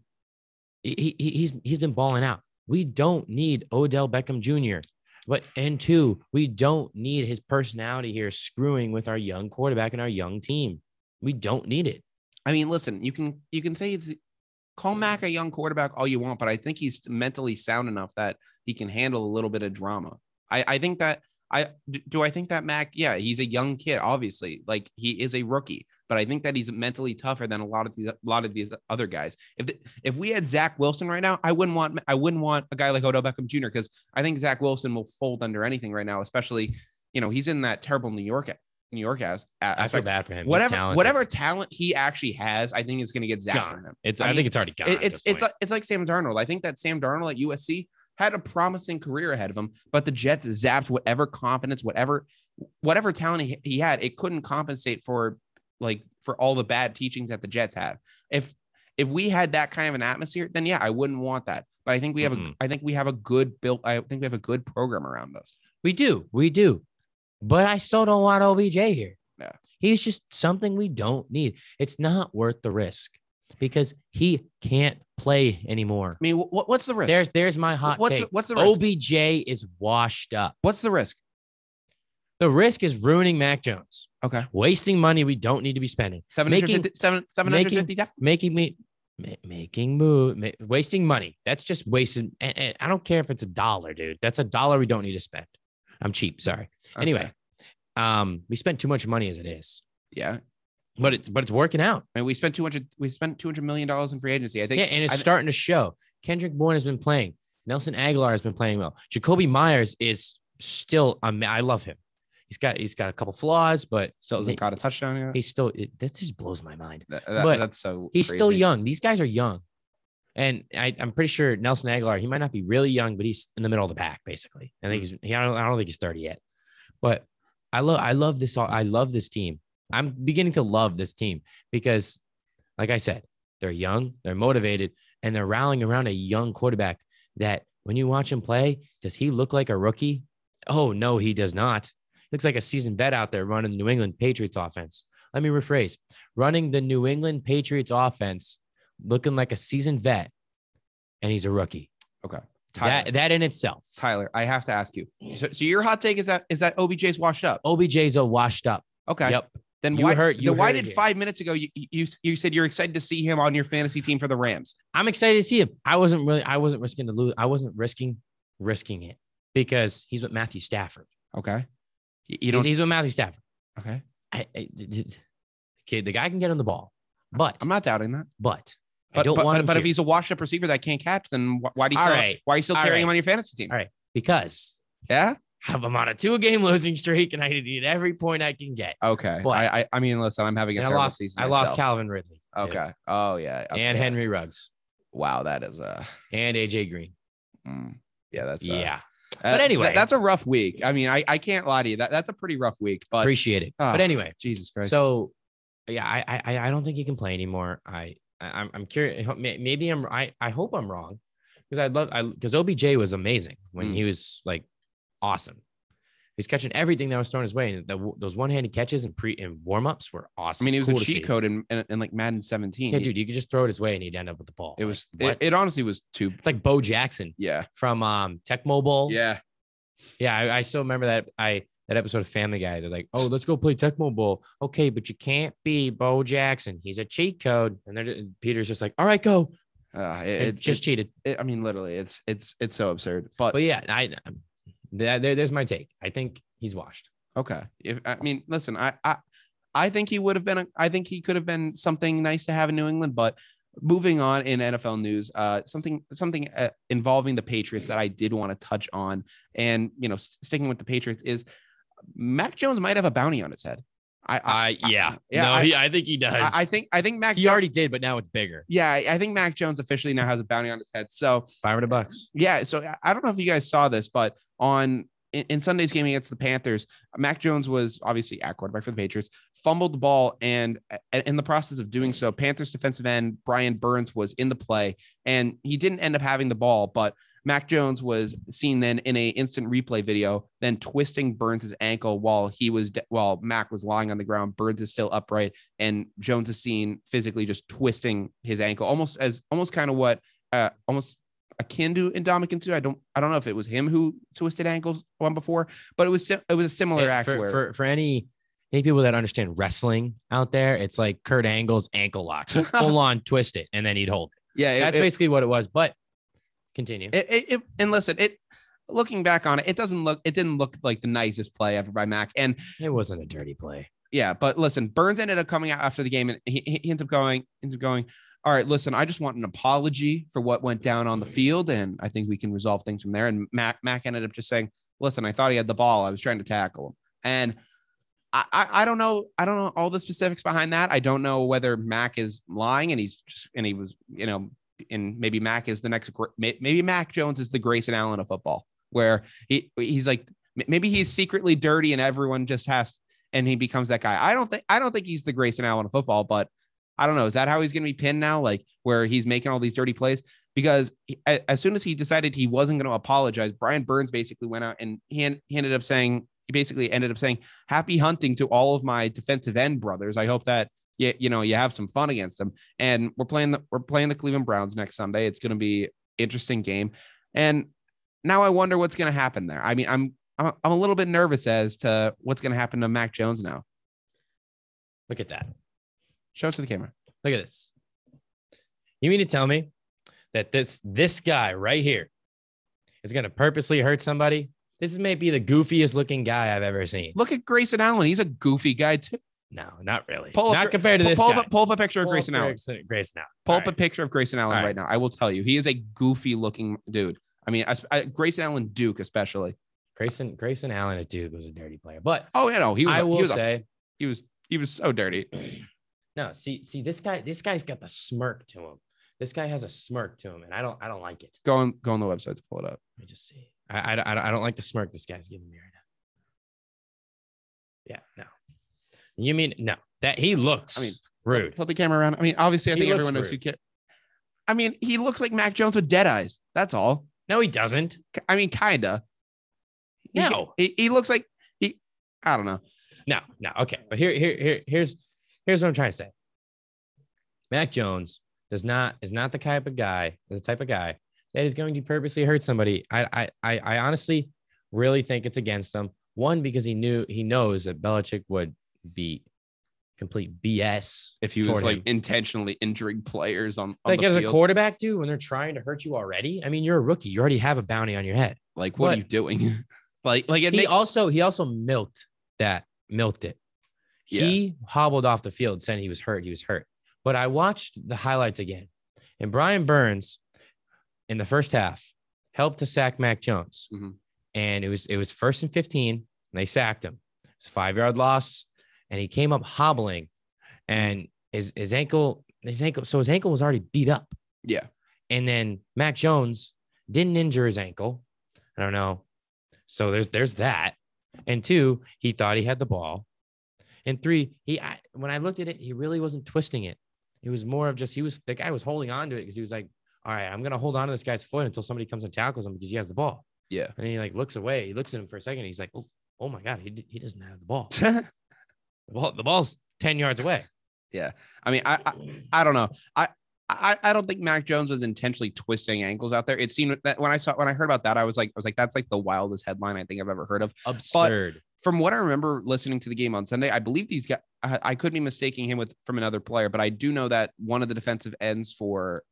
Speaker 2: he, he- he's he's been balling out. We don't need Odell Beckham Jr. But and two, we don't need his personality here screwing with our young quarterback and our young team. We don't need it.
Speaker 1: I mean, listen, you can you can say it's call Mac a young quarterback all you want, but I think he's mentally sound enough that he can handle a little bit of drama. I I think that I d- do I think that Mac, yeah, he's a young kid, obviously, like he is a rookie, but I think that he's mentally tougher than a lot of these a lot of these other guys. If the, if we had Zach Wilson right now, I wouldn't want I wouldn't want a guy like Odell Beckham Jr. because I think Zach Wilson will fold under anything right now, especially you know he's in that terrible New York New York as
Speaker 2: I feel bad for him. He's
Speaker 1: whatever
Speaker 2: talented.
Speaker 1: whatever talent he actually has, I think is going to get zapped
Speaker 2: Gone.
Speaker 1: from him.
Speaker 2: It's, I,
Speaker 1: I mean,
Speaker 2: think it's already gone.
Speaker 1: It- it's it's like, it's like Sam Darnold. I think that Sam Darnold at USC had a promising career ahead of him, but the Jets zapped whatever confidence, whatever whatever talent he, he had, it couldn't compensate for like for all the bad teachings that the Jets have. If if we had that kind of an atmosphere, then yeah, I wouldn't want that. But I think we have
Speaker 2: Mhm.
Speaker 1: a I think we have a good built I think we have a good program around us.
Speaker 2: we do, we do, but I still don't want OBJ here.
Speaker 1: Yeah.
Speaker 2: He's just something we don't need. It's not worth the risk because he can't play anymore.
Speaker 1: I mean, what, what's the risk?
Speaker 2: There's there's my hot
Speaker 1: what's
Speaker 2: take.
Speaker 1: the, what's the risk?
Speaker 2: OBJ is washed up.
Speaker 1: what's the risk?
Speaker 2: The risk is ruining Mac Jones,
Speaker 1: Okay.
Speaker 2: wasting money we don't need to be spending,
Speaker 1: 750 seven- 750
Speaker 2: making me ma- making move, ma- wasting money. That's just wasting. And, and I don't care if it's a dollar, dude. That's a dollar we don't need to spend. I'm cheap. Sorry.
Speaker 1: Okay.
Speaker 2: Anyway, um, we spent too much money as it is,
Speaker 1: Yeah.
Speaker 2: but it's but it's working out.
Speaker 1: I mean, we spent 200, we spent 200 million dollars in free agency. I think,
Speaker 2: yeah, and it's
Speaker 1: I-
Speaker 2: starting to show. Kendrick Bourne has been playing. Nelson Aguilar has been playing well. Jacoby Myers is still. Um, I love him. He's got he's got a couple flaws, but
Speaker 1: still hasn't caught a touchdown yet.
Speaker 2: he's still. It, that just blows my mind.
Speaker 1: That- that-
Speaker 2: but
Speaker 1: that's so,
Speaker 2: He's still
Speaker 1: crazy.
Speaker 2: young. These guys are young. And I, I'm pretty sure Nelson Aguilar, he might not be really young, but he's in the middle of the pack, basically. I think he's he, I don't I don't think he's 30 yet. But I love I love this all I love this team. I'm beginning to love this team because like I said, they're young, they're motivated, and they're rallying around a young quarterback that when you watch him play, does he look like a rookie? Oh no, he does not. Looks like a seasoned vet out there running the New England Patriots offense. Let me rephrase running the New England Patriots offense, looking like a seasoned vet, and he's a rookie.
Speaker 1: Tyler,
Speaker 2: That that in itself,
Speaker 1: Tyler, I have to ask you. So, so your hot take is that, is that OBJ's washed up?
Speaker 2: OBJ's a washed up.
Speaker 1: Okay.
Speaker 2: Oh, Yep,
Speaker 1: Then
Speaker 2: You
Speaker 1: why?
Speaker 2: heard- you
Speaker 1: then why
Speaker 2: heard
Speaker 1: did
Speaker 2: it here.
Speaker 1: five minutes ago you, you you said you're excited to see him on your fantasy team for the Rams?
Speaker 2: I'm excited to see him. I wasn't really, I wasn't risking to lose. I wasn't risking risking it because he's with Matthew Stafford.
Speaker 1: Okay. You, you
Speaker 2: He's-
Speaker 1: don't.
Speaker 2: he's, with Matthew Stafford.
Speaker 1: Okay.
Speaker 2: I, I- d- d- d- kid, the guy can get on the ball, but
Speaker 1: I'm not doubting that.
Speaker 2: but I
Speaker 1: But
Speaker 2: don't
Speaker 1: but,
Speaker 2: want
Speaker 1: but,
Speaker 2: him
Speaker 1: but if
Speaker 2: here.
Speaker 1: he's a washed up receiver that can't catch, then wh- why do you
Speaker 2: All
Speaker 1: still,
Speaker 2: right.
Speaker 1: why are you still
Speaker 2: All
Speaker 1: carrying him
Speaker 2: right.
Speaker 1: on your fantasy team?
Speaker 2: All right. because
Speaker 1: Yeah.
Speaker 2: have I'm on a two game losing streak and I need every point I can get.
Speaker 1: Okay.
Speaker 2: But-
Speaker 1: I, I I mean, listen, I'm having a
Speaker 2: And I
Speaker 1: terrible
Speaker 2: lost.
Speaker 1: season.
Speaker 2: I lost
Speaker 1: myself.
Speaker 2: Calvin Ridley. too,
Speaker 1: Okay. Oh yeah. Okay.
Speaker 2: and Henry Ruggs
Speaker 1: Wow, that is a.
Speaker 2: and AJ Green.
Speaker 1: mm, yeah, that's a-
Speaker 2: yeah,
Speaker 1: Uh,
Speaker 2: But anyway.
Speaker 1: that- that's a rough week. I mean, I, I can't lie to you. That that's a pretty rough week. But
Speaker 2: appreciate it.
Speaker 1: Ah,
Speaker 2: but anyway,
Speaker 1: Jesus Christ.
Speaker 2: So, yeah, I I- I I don't think he can play anymore. I I- I'm I'm curious. Maybe I'm I I hope I'm wrong because I'd love I because OBJ was amazing when
Speaker 1: Mm.
Speaker 2: he was like awesome. He's catching everything that was thrown his way, and the, those one-handed catches and pre and warm-ups were
Speaker 1: I
Speaker 2: awesome.
Speaker 1: mean, it was
Speaker 2: Cool
Speaker 1: a
Speaker 2: to
Speaker 1: cheat
Speaker 2: see.
Speaker 1: code in, in, in like Madden 17.
Speaker 2: Yeah, dude, you could just throw it his way and he'd end up with the ball.
Speaker 1: It
Speaker 2: Like,
Speaker 1: was.
Speaker 2: what?
Speaker 1: It, it honestly was too.
Speaker 2: it's like Bo Jackson
Speaker 1: Yeah.
Speaker 2: from um Tech Mobile.
Speaker 1: Yeah.
Speaker 2: Yeah, I, I still remember that I that episode of Family Guy. They're like, "Oh, let's go play Tecmo Bowl." Okay, but you can't be Bo Jackson. He's a cheat code. And then and Peter's just like, "All right, go."
Speaker 1: Uh, it,
Speaker 2: And
Speaker 1: it-
Speaker 2: just cheated.
Speaker 1: it- I mean, literally, it's it's it's so absurd. But,
Speaker 2: But yeah, I that, there, there's my take. I think he's washed.
Speaker 1: okay. If I mean, listen, I I I think he would have been. A, I think he could have been something nice to have in New England. But moving on in NFL news, uh, something something uh, involving the Patriots that I did want to touch on, and you know, s- sticking with the Patriots is Mac Jones might have a bounty on his head. I, I yeah. yeah, No, I-
Speaker 2: he, I think he does.
Speaker 1: I, I think I think Mac
Speaker 2: Uh, he
Speaker 1: Jo-
Speaker 2: already did, but now it's bigger.
Speaker 1: yeah, I I think Mac Jones officially now has a bounty on his head. So
Speaker 2: Five hundred bucks.
Speaker 1: yeah, so I- I don't know if you guys saw this, but on in, in Sunday's game against the Panthers, Mac Jones was obviously at quarterback for the Patriots, fumbled the ball, and a- in the process of doing so, Panthers defensive end Brian Burns was in the play, and he didn't end up having the ball, but Mac Jones was seen then in a instant replay video, then twisting Burns' ankle while he was de- while Mac was lying on the ground. Burns is still upright, and Jones is seen physically just twisting his ankle, almost as almost kind of what uh, almost akin to Indomitian too. I don't I don't know if it was him who twisted ankles one before, but it was si- it was a similar
Speaker 2: Hey,
Speaker 1: act
Speaker 2: for,
Speaker 1: where
Speaker 2: for for any any people that understand wrestling out there, it's like Kurt Angle's ankle lock. He'd Full on twist it, and then he'd hold.
Speaker 1: yeah, it,
Speaker 2: That's
Speaker 1: it,
Speaker 2: basically what it was. But continue.
Speaker 1: it, it, it- and listen it. Looking back on it, it doesn't look it didn't look like the nicest play ever by Mac. And
Speaker 2: It wasn't a dirty play.
Speaker 1: yeah, but listen, Burns ended up coming out after the game and he, he- he ends up going, ends up going, all right, listen, I just want an apology for what went down on the field. And I think we can resolve things from there. And Mac, Mac ended up just saying, listen, I thought he had the ball. I was trying to tackle him. And I, I, I don't know. I don't know all the specifics behind that. I don't know whether Mac is lying and he's just, and he was, you know, and maybe Mac is the next, Gr- may- maybe Mac Jones is the Grayson Allen of football where he, he's like, maybe he's secretly dirty and everyone just has and he becomes that guy. I don't think I don't think he's the Grayson Allen of football, but I don't know. Is that how he's going to be pinned now? Like where he's making all these dirty plays? Because he- a- as soon as he decided he wasn't going to apologize, Brian Burns basically went out and he, en- he ended up saying he basically ended up saying happy hunting to all of my defensive end brothers. I hope that you, you know you have some fun against them. And we're playing the we're playing the Cleveland Browns next Sunday. It's going to be interesting game. And now I wonder what's going to happen there. I mean, I'm I'm, I'm a little bit nervous as to what's going to happen to Mac Jones now.
Speaker 2: Look at that.
Speaker 1: Show it to the camera.
Speaker 2: Look at this. You mean to tell me that this this guy right here is going to purposely hurt somebody? This may be the goofiest looking guy I've ever seen.
Speaker 1: Look at Grayson Allen. He's a goofy guy too.
Speaker 2: No, not really.
Speaker 1: Pull up
Speaker 2: not
Speaker 1: Gra-
Speaker 2: compared to this
Speaker 1: pull,
Speaker 2: guy.
Speaker 1: up, pull up a picture of
Speaker 2: Pull
Speaker 1: Grayson
Speaker 2: up
Speaker 1: Allen.
Speaker 2: Grayson, Grayson Allen.
Speaker 1: Pull
Speaker 2: All
Speaker 1: up a
Speaker 2: right.
Speaker 1: picture of Grayson Allen
Speaker 2: All
Speaker 1: right.
Speaker 2: right.
Speaker 1: now. I will tell you, he is a goofy looking dude. I mean, I, I, Grayson Allen Duke especially.
Speaker 2: Grayson Grayson Allen, a dude, was a dirty player. But
Speaker 1: Oh, you know, he was.
Speaker 2: I
Speaker 1: a-
Speaker 2: will
Speaker 1: he was a-
Speaker 2: say,
Speaker 1: he was. He was so dirty.
Speaker 2: no. See, see, this guy, this guy's got the smirk to him. This guy has a smirk to him, and I don't, I don't like it.
Speaker 1: Go on, go on the website to pull it up.
Speaker 2: Let me just see. I, I, don't- I, don't- I don't like the smirk this guy's giving me right now. Yeah, no. You mean no? That he looks
Speaker 1: I mean,
Speaker 2: rude.
Speaker 1: Flip the camera around. I mean, obviously, I
Speaker 2: He
Speaker 1: think
Speaker 2: looks
Speaker 1: everyone knows who.
Speaker 2: rude.
Speaker 1: Kid. I mean, he looks like Mac Jones with dead eyes. That's all.
Speaker 2: No, he doesn't.
Speaker 1: K- I mean, kinda. He-
Speaker 2: No.
Speaker 1: he, he looks like he. I don't know.
Speaker 2: No, no. Okay, but here, here, here, here's, here's what I'm trying to say. Mac Jones does not is not the type of guy, the type of guy that is going to purposely hurt somebody. I, I, I, I honestly really think it's against him. One because he knew he knows that Belichick would be complete BS.
Speaker 1: if he
Speaker 2: toward
Speaker 1: was like
Speaker 2: him.
Speaker 1: intentionally injuring players on, on
Speaker 2: Like
Speaker 1: the
Speaker 2: as a
Speaker 1: field.
Speaker 2: quarterback, dude, when they're trying to hurt you already, I mean, you're a rookie. You already have a bounty on your head.
Speaker 1: like what,
Speaker 2: What?
Speaker 1: are you doing? like like it
Speaker 2: he
Speaker 1: make-
Speaker 2: also he also milked that milked it. He hobbled off the field saying he was hurt. He was hurt. But I watched the highlights again, and Brian Burns in the first half helped to sack Mac Jones,
Speaker 1: Mhm.
Speaker 2: and it was it was first and fifteen, and they sacked him. It's a five yard loss, and he came up hobbling, and his his ankle his ankle so his ankle was already beat up.
Speaker 1: yeah.
Speaker 2: And then Mac Jones didn't injure his ankle. I don't know. So there's there's that. And two, he thought he had the ball. And three, he I, when I looked at it, he really wasn't twisting it. It was more of just he was the guy was holding on to it because he was like, all right, I'm gonna hold on to this guy's foot until somebody comes and tackles him because he has the ball.
Speaker 1: Yeah.
Speaker 2: And then he like looks away. He looks at him for a second. he's like, oh, oh my god, he, d- he doesn't have the ball. The ball the ball's ten yards away.
Speaker 1: I mean, I, I I don't know. I, I I don't think Mac Jones was intentionally twisting ankles out there. It seemed that when I saw when I heard about that, I was like, I was like, that's like the wildest headline I think I've ever heard of.
Speaker 2: Absurd.
Speaker 1: From what I remember listening to the game on Sunday, I believe these guys. I, I could be mistaking him with from another player, but I do know that one of the defensive ends for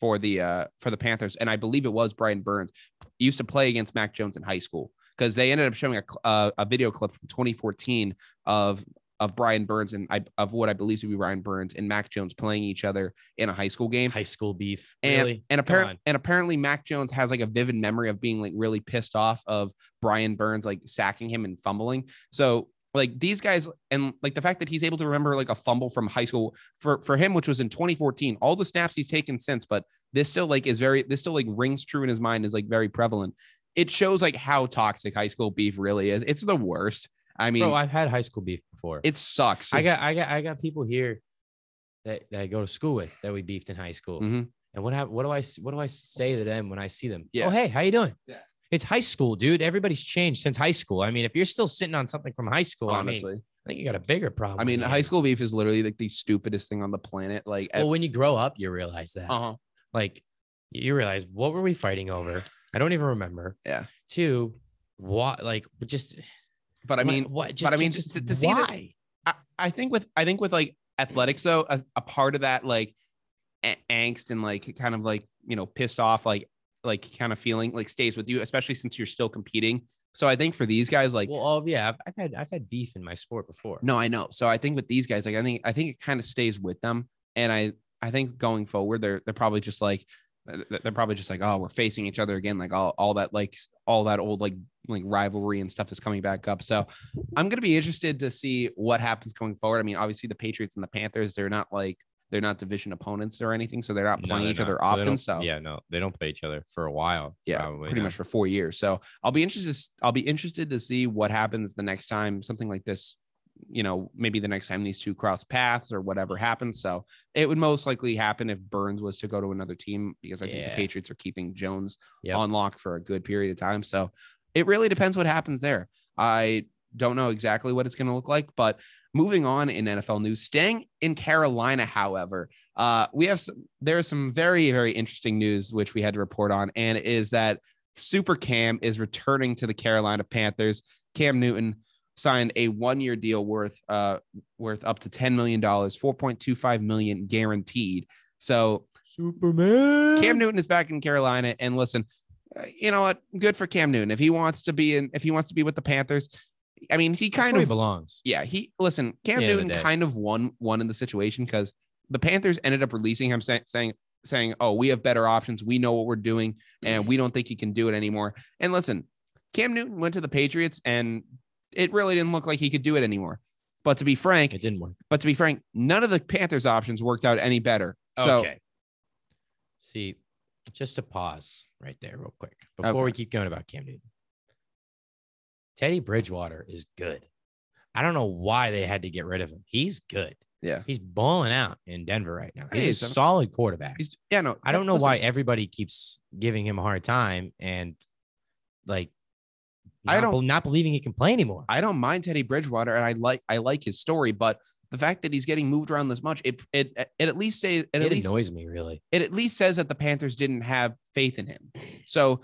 Speaker 1: for the uh for the Panthers, and I believe it was Brian Burns, used to play against Mac Jones in high school because they ended up showing a cl- uh, a video clip from 2014 of of Brian Burns and I, of what I believe to be Ryan Burns and Mac Jones playing each other in a high school game.
Speaker 2: High school beef.
Speaker 1: And
Speaker 2: really?
Speaker 1: and
Speaker 2: Come
Speaker 1: apparently
Speaker 2: on.
Speaker 1: and apparently Mac Jones has like a vivid memory of being like really pissed off of Brian Burns like sacking him and fumbling. So like these guys and like the fact that he's able to remember like a fumble from high school for for him which was in 2014 all the snaps he's taken since but this still like is very this still like rings true in his mind is like very prevalent it shows like how toxic high school beef really is it's the worst i mean
Speaker 2: Bro, I've had high school beef before.
Speaker 1: it sucks
Speaker 2: I got I got I got people here that, that I go to school with that we beefed in high school.
Speaker 1: Mhm.
Speaker 2: And what hap- what do I s- what do I say to them when I see them?
Speaker 1: Yeah.
Speaker 2: Oh hey, how you doing?
Speaker 1: Yeah.
Speaker 2: It's high school, dude. Everybody's changed since high school. I mean, if you're still sitting on something from high school, I mean,
Speaker 1: honestly
Speaker 2: I think you got a bigger problem.
Speaker 1: i mean
Speaker 2: than
Speaker 1: high
Speaker 2: you.
Speaker 1: school beef is literally like the stupidest thing on the planet like
Speaker 2: Well, when you grow up, you realize that.
Speaker 1: uh-huh
Speaker 2: Like, you realize what were we fighting over? I don't even remember.
Speaker 1: Yeah.
Speaker 2: Two, what? Like, just.
Speaker 1: but i mean
Speaker 2: what?
Speaker 1: I mean, to- to see
Speaker 2: why?
Speaker 1: that- I, I think with I think with like athletics though, a, a part of that like a- angst and like kind of like you know pissed off like like kind of feeling like stays with you, especially since you're still competing. So I think for these guys, like
Speaker 2: well, oh yeah, I've, I've had I've had beef in my sport before.
Speaker 1: no, I know. So I think with these guys, like I think I think it kind of stays with them, and I I think going forward, they're they're probably just like uh, th- they're probably just like oh we're facing each other again like all, all that like s- all that old like like rivalry and stuff is coming back up so i'm going to be interested to see what happens going forward i mean obviously the patriots and the panthers they're not like they're not division opponents or anything so they're not
Speaker 2: No,
Speaker 1: playing
Speaker 2: they're
Speaker 1: each other
Speaker 2: not. So they
Speaker 1: often
Speaker 2: don't-
Speaker 1: so
Speaker 2: yeah, no, they don't play each other for a while.
Speaker 1: yeah,
Speaker 2: probably
Speaker 1: pretty
Speaker 2: not.
Speaker 1: much for four years. So I'll be interested. I'll be interested to see what happens the next time something like this. You know, maybe the next time these two cross paths or whatever happens. So it would most likely happen if Burns was to go to another team because I think
Speaker 2: Yeah.
Speaker 1: the Patriots are keeping Jones
Speaker 2: Yep.
Speaker 1: on lock for a good period of time. So it really depends what happens there. I don't know exactly what it's going to look like, but moving on in NFL news, staying in Carolina, however, uh, we have some, there is some very very interesting news which we had to report on, and it is that Super Cam is returning to the Carolina Panthers. Cam Newton signed a one-year deal worth uh, worth up to ten million dollars, four point two five million guaranteed. So
Speaker 2: Superman.
Speaker 1: Cam Newton is back in Carolina, and listen, uh, you know what? Good for Cam Newton if he wants to be in. If he wants to be with the Panthers, I mean, he
Speaker 2: That's
Speaker 1: kind
Speaker 2: where he
Speaker 1: of
Speaker 2: belongs.
Speaker 1: yeah. He listen, Cam
Speaker 2: the end of the
Speaker 1: Newton
Speaker 2: day.
Speaker 1: kind of won one in the situation because the Panthers ended up releasing him, say, saying saying, "Oh, we have better options. We know what we're doing, and we don't think he can do it anymore." And listen, Cam Newton went to the Patriots, and it really didn't look like he could do it anymore. But to be frank,
Speaker 2: It didn't work.
Speaker 1: but to be frank, none of the Panthers options worked out any better. So
Speaker 2: okay. See, just to pause right there, real quick, before we keep going about Cam Newton. Teddy Bridgewater is good. I don't know why they had to get rid of him. He's good.
Speaker 1: Yeah.
Speaker 2: He's balling out in Denver right now.
Speaker 1: Hey,
Speaker 2: He's, a
Speaker 1: he's-
Speaker 2: solid quarterback.
Speaker 1: he's, yeah, no,
Speaker 2: I don't know
Speaker 1: listen,
Speaker 2: why everybody keeps giving him a hard time and like
Speaker 1: I
Speaker 2: not
Speaker 1: don't-
Speaker 2: bel- not believing he can play anymore.
Speaker 1: I don't mind Teddy Bridgewater, and I like I like his story, but the fact that he's getting moved around this much, it it it at least say it at
Speaker 2: it
Speaker 1: least
Speaker 2: annoys me really.
Speaker 1: it at least says that the Panthers didn't have faith in him. So,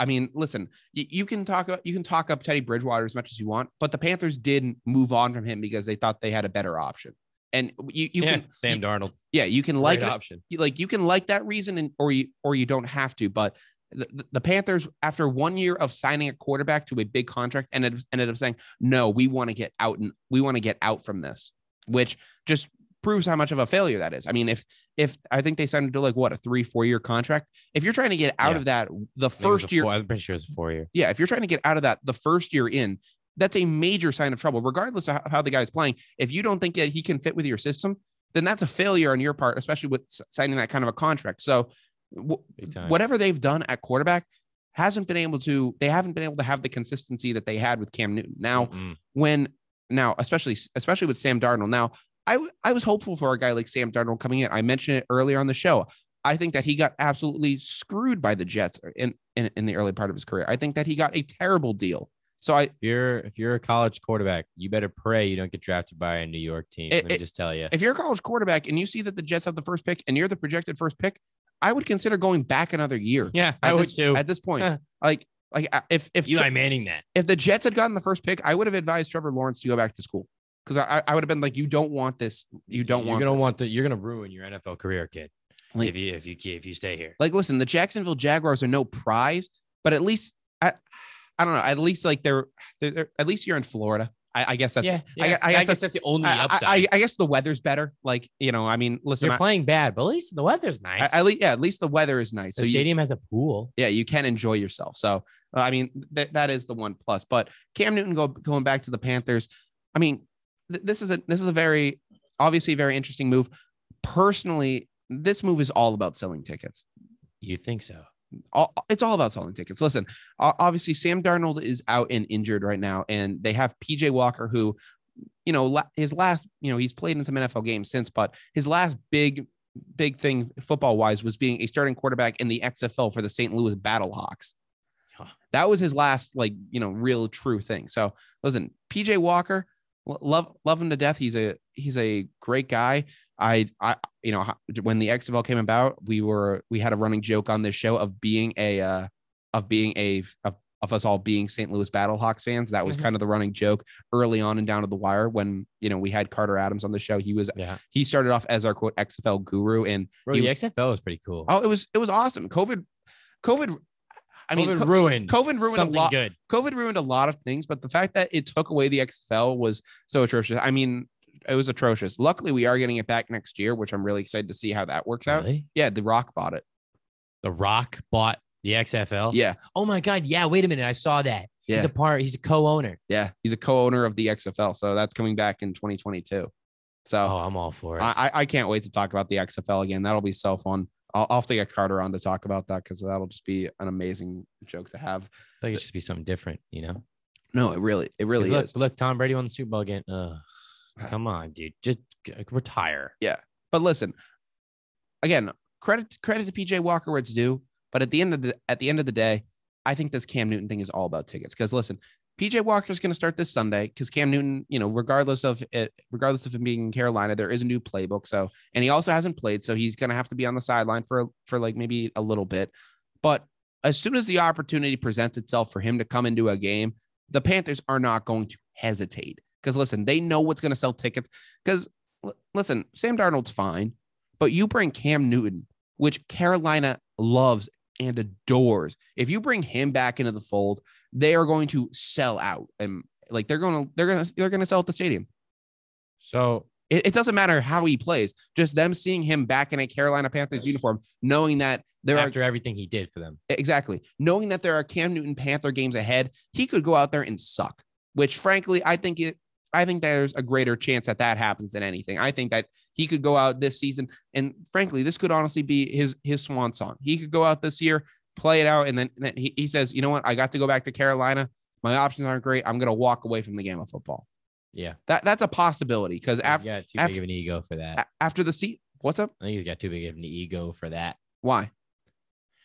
Speaker 1: I mean, listen, you, you can talk up you can talk up Teddy Bridgewater as much as you want, but the Panthers did move on from him because they thought they had a better option. And you you
Speaker 2: yeah,
Speaker 1: can
Speaker 2: Sam Darnold,
Speaker 1: yeah you can
Speaker 2: like
Speaker 1: like it
Speaker 2: option.
Speaker 1: you like you can like that reason and or you or you don't have to but the, the- the panthers after one year of signing a quarterback to a big contract ended, up- ended up saying no we want to get out and we want to get out from this which just proves how much of a failure that is i mean if if i think they signed him to like what a three four year contract if you're trying to get out
Speaker 2: Yeah.
Speaker 1: of that the
Speaker 2: I think it was
Speaker 1: first
Speaker 2: a
Speaker 1: year
Speaker 2: four- I'm pretty sure it's a four year.
Speaker 1: yeah, if you're trying to get out of that the first year in, that's a major sign of trouble, regardless of how- how the guy's playing. If you don't think that he can fit with your system, then that's a failure on your part, especially with s- signing that kind of a contract. So, w-
Speaker 2: Big time.
Speaker 1: whatever they've done at quarterback hasn't been able to, they haven't been able to have the consistency that they had with Cam Newton. Now,
Speaker 2: Mm-mm.
Speaker 1: when now, especially especially with Sam Darnold. Now, I w- I was hopeful for a guy like Sam Darnold coming in. I mentioned it earlier on the show. I think that he got absolutely screwed by the Jets in in, in the early part of his career. I think that he got a terrible deal. So I
Speaker 2: If you're if you're a college quarterback, you better pray you don't get drafted by a New York team.
Speaker 1: It-
Speaker 2: Let me
Speaker 1: it-
Speaker 2: just tell you.
Speaker 1: if you're a college quarterback and you see that the Jets have the first pick and you're the projected first pick, I would consider going back another year.
Speaker 2: yeah,
Speaker 1: at
Speaker 2: I would
Speaker 1: this,
Speaker 2: too.
Speaker 1: At this
Speaker 2: Huh.
Speaker 1: point, like like I- if if
Speaker 2: Eli Manning that.
Speaker 1: if the Jets had gotten the first pick, I would have advised Trevor Lawrence to go back to school because I I would have been like, you don't want this, you don't
Speaker 2: you're
Speaker 1: want
Speaker 2: gonna
Speaker 1: this.
Speaker 2: want the you're gonna ruin your NFL career, kid.
Speaker 1: Like-
Speaker 2: if you if you if you stay here.
Speaker 1: Like, listen, the Jacksonville Jaguars are no prize, but at least I, I don't know. At least like they're, they're, they're- at least you're in Florida. I, I guess that's.
Speaker 2: yeah,
Speaker 1: I-
Speaker 2: yeah.
Speaker 1: I
Speaker 2: I,
Speaker 1: guess
Speaker 2: guess that's, the only
Speaker 1: I, I,
Speaker 2: upside.
Speaker 1: I, I guess the weather's better. Like you know, I mean, listen,
Speaker 2: You're
Speaker 1: I,
Speaker 2: playing bad, but at least the weather's nice.
Speaker 1: I, at least yeah, at least the weather is nice.
Speaker 2: the
Speaker 1: So you,
Speaker 2: stadium has a pool.
Speaker 1: yeah, you can enjoy yourself. So uh, I mean, th- that is the one plus. But Cam Newton go, going back to the Panthers. I mean, th- this is a this is a very obviously very interesting move. Personally, this move is all about selling tickets.
Speaker 2: You think so?
Speaker 1: all, it's all about selling tickets. Listen, o- obviously Sam Darnold is out and injured right now, and they have PJ Walker, who, you know, la- his last, you know, he's played in some NFL games since, but his last big, big thing football wise was being a starting quarterback in the XFL for the St. Louis Battlehawks.
Speaker 2: Huh.
Speaker 1: That was his last, like, you know, real true thing. So listen, PJ Walker, lo- love love him to death. He's a he's a great guy. I, I, you know, when the XFL came about, we were we had a running joke on this show of being a, uh, of being a, of, of us all being St. Louis Battlehawks fans. That was
Speaker 2: Mhm.
Speaker 1: kind of the running joke early on and down to the wire when you know we had Carter Adams on the show. He was
Speaker 2: Yeah.
Speaker 1: he started off as our quote XFL guru, and
Speaker 2: Bro,
Speaker 1: You-
Speaker 2: the XFL is pretty cool.
Speaker 1: oh, it was it was awesome. COVID, COVID. I mean,
Speaker 2: COVID
Speaker 1: co-
Speaker 2: ruined.
Speaker 1: COVID ruined a
Speaker 2: something
Speaker 1: lot.
Speaker 2: good.
Speaker 1: COVID ruined a lot of things, but the fact that it took away the XFL was so atrocious. I mean, it was atrocious. Luckily, we are getting it back next year, which I'm really excited to see how that works out.
Speaker 2: Really?
Speaker 1: Yeah, The Rock bought it.
Speaker 2: The Rock bought the XFL.
Speaker 1: Yeah,
Speaker 2: Oh my God. Yeah. Wait a minute. I saw that.
Speaker 1: yeah,
Speaker 2: He's a part. He's a co-owner.
Speaker 1: yeah. He's a co-owner of the XFL, so that's coming back in 2022. So
Speaker 2: Oh, I'm all for it.
Speaker 1: I, I- I can't wait to talk about the XFL again. That'll be so fun. I'll, I'll have to get Carter on to talk about that because that'll just be an amazing joke to have.
Speaker 2: feel like it should be something different, you know?
Speaker 1: No, it really, it really
Speaker 2: 'Cause look,
Speaker 1: is.
Speaker 2: look, Tom Brady won the Super Bowl again. Ugh, come on, dude. Just g- retire.
Speaker 1: But listen, again, credit credit to PJ Walker where it's due. But at the end of the at the end of the day, I think this Cam Newton thing is all about tickets. Because listen, PJ Walker is going to start this Sunday because Cam Newton, you know, regardless of it, regardless of him being in Carolina, there is a new playbook. So and he also hasn't played, so he's going to have to be on the sideline for for like maybe a little bit. But as soon as the opportunity presents itself for him to come into a game, the Panthers are not going to hesitate. Because listen, they know what's going to sell tickets. Because listen, Sam Darnold's fine, but you bring Cam Newton, which Carolina loves and adores. If you bring him back into the fold, they are going to sell out, and like they're going to they're going to they're going to sell at the stadium.
Speaker 2: So
Speaker 1: It, it doesn't matter how he plays; just them seeing him back in a Carolina Panthers uniform, knowing that there are
Speaker 2: after everything he did for them,
Speaker 1: Exactly. Knowing that there are Cam Newton Panther games ahead, he could go out there and suck, which frankly, I think it I think there's a greater chance that that happens than anything. I think that he could go out this season and frankly, this could honestly be his his swan song. He could go out this year, play it out and then, then he, he says, "You know what? I got to go back to Carolina. My options aren't great. I'm going to walk away from the game of football."
Speaker 2: yeah.
Speaker 1: That that's a possibility cuz
Speaker 2: He's
Speaker 1: after
Speaker 2: got too
Speaker 1: af-
Speaker 2: big of an ego for that.
Speaker 1: after the seat, what's up?
Speaker 2: I think he's got too big of an ego for that.
Speaker 1: Why?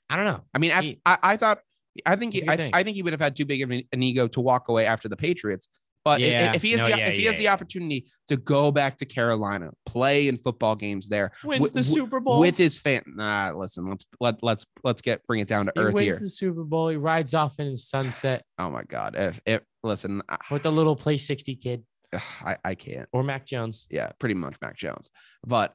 Speaker 2: I don't know.
Speaker 1: I mean, af-
Speaker 2: He-
Speaker 1: I, I thought, I think,
Speaker 2: It's
Speaker 1: he,
Speaker 2: a good
Speaker 1: I,
Speaker 2: thing.
Speaker 1: I think he would have had too big of an, an ego to walk away after the Patriots. But i- i-
Speaker 2: Yeah.
Speaker 1: if, he has,
Speaker 2: No,
Speaker 1: the,
Speaker 2: yeah,
Speaker 1: if he
Speaker 2: yeah,
Speaker 1: has the
Speaker 2: yeah.
Speaker 1: opportunity to go back to Carolina, play in football games there
Speaker 2: Wins
Speaker 1: the
Speaker 2: Super
Speaker 1: with his fan, nah, listen, let's let let's let's get bring it down to
Speaker 2: he
Speaker 1: earth
Speaker 2: wins
Speaker 1: here.
Speaker 2: the Super Bowl. He rides off in his sunset
Speaker 1: Oh my God, if if listen, I-
Speaker 2: with the little play 60 kid.
Speaker 1: I, I can't.
Speaker 2: or Mac Jones.
Speaker 1: Yeah, pretty much Mac Jones. But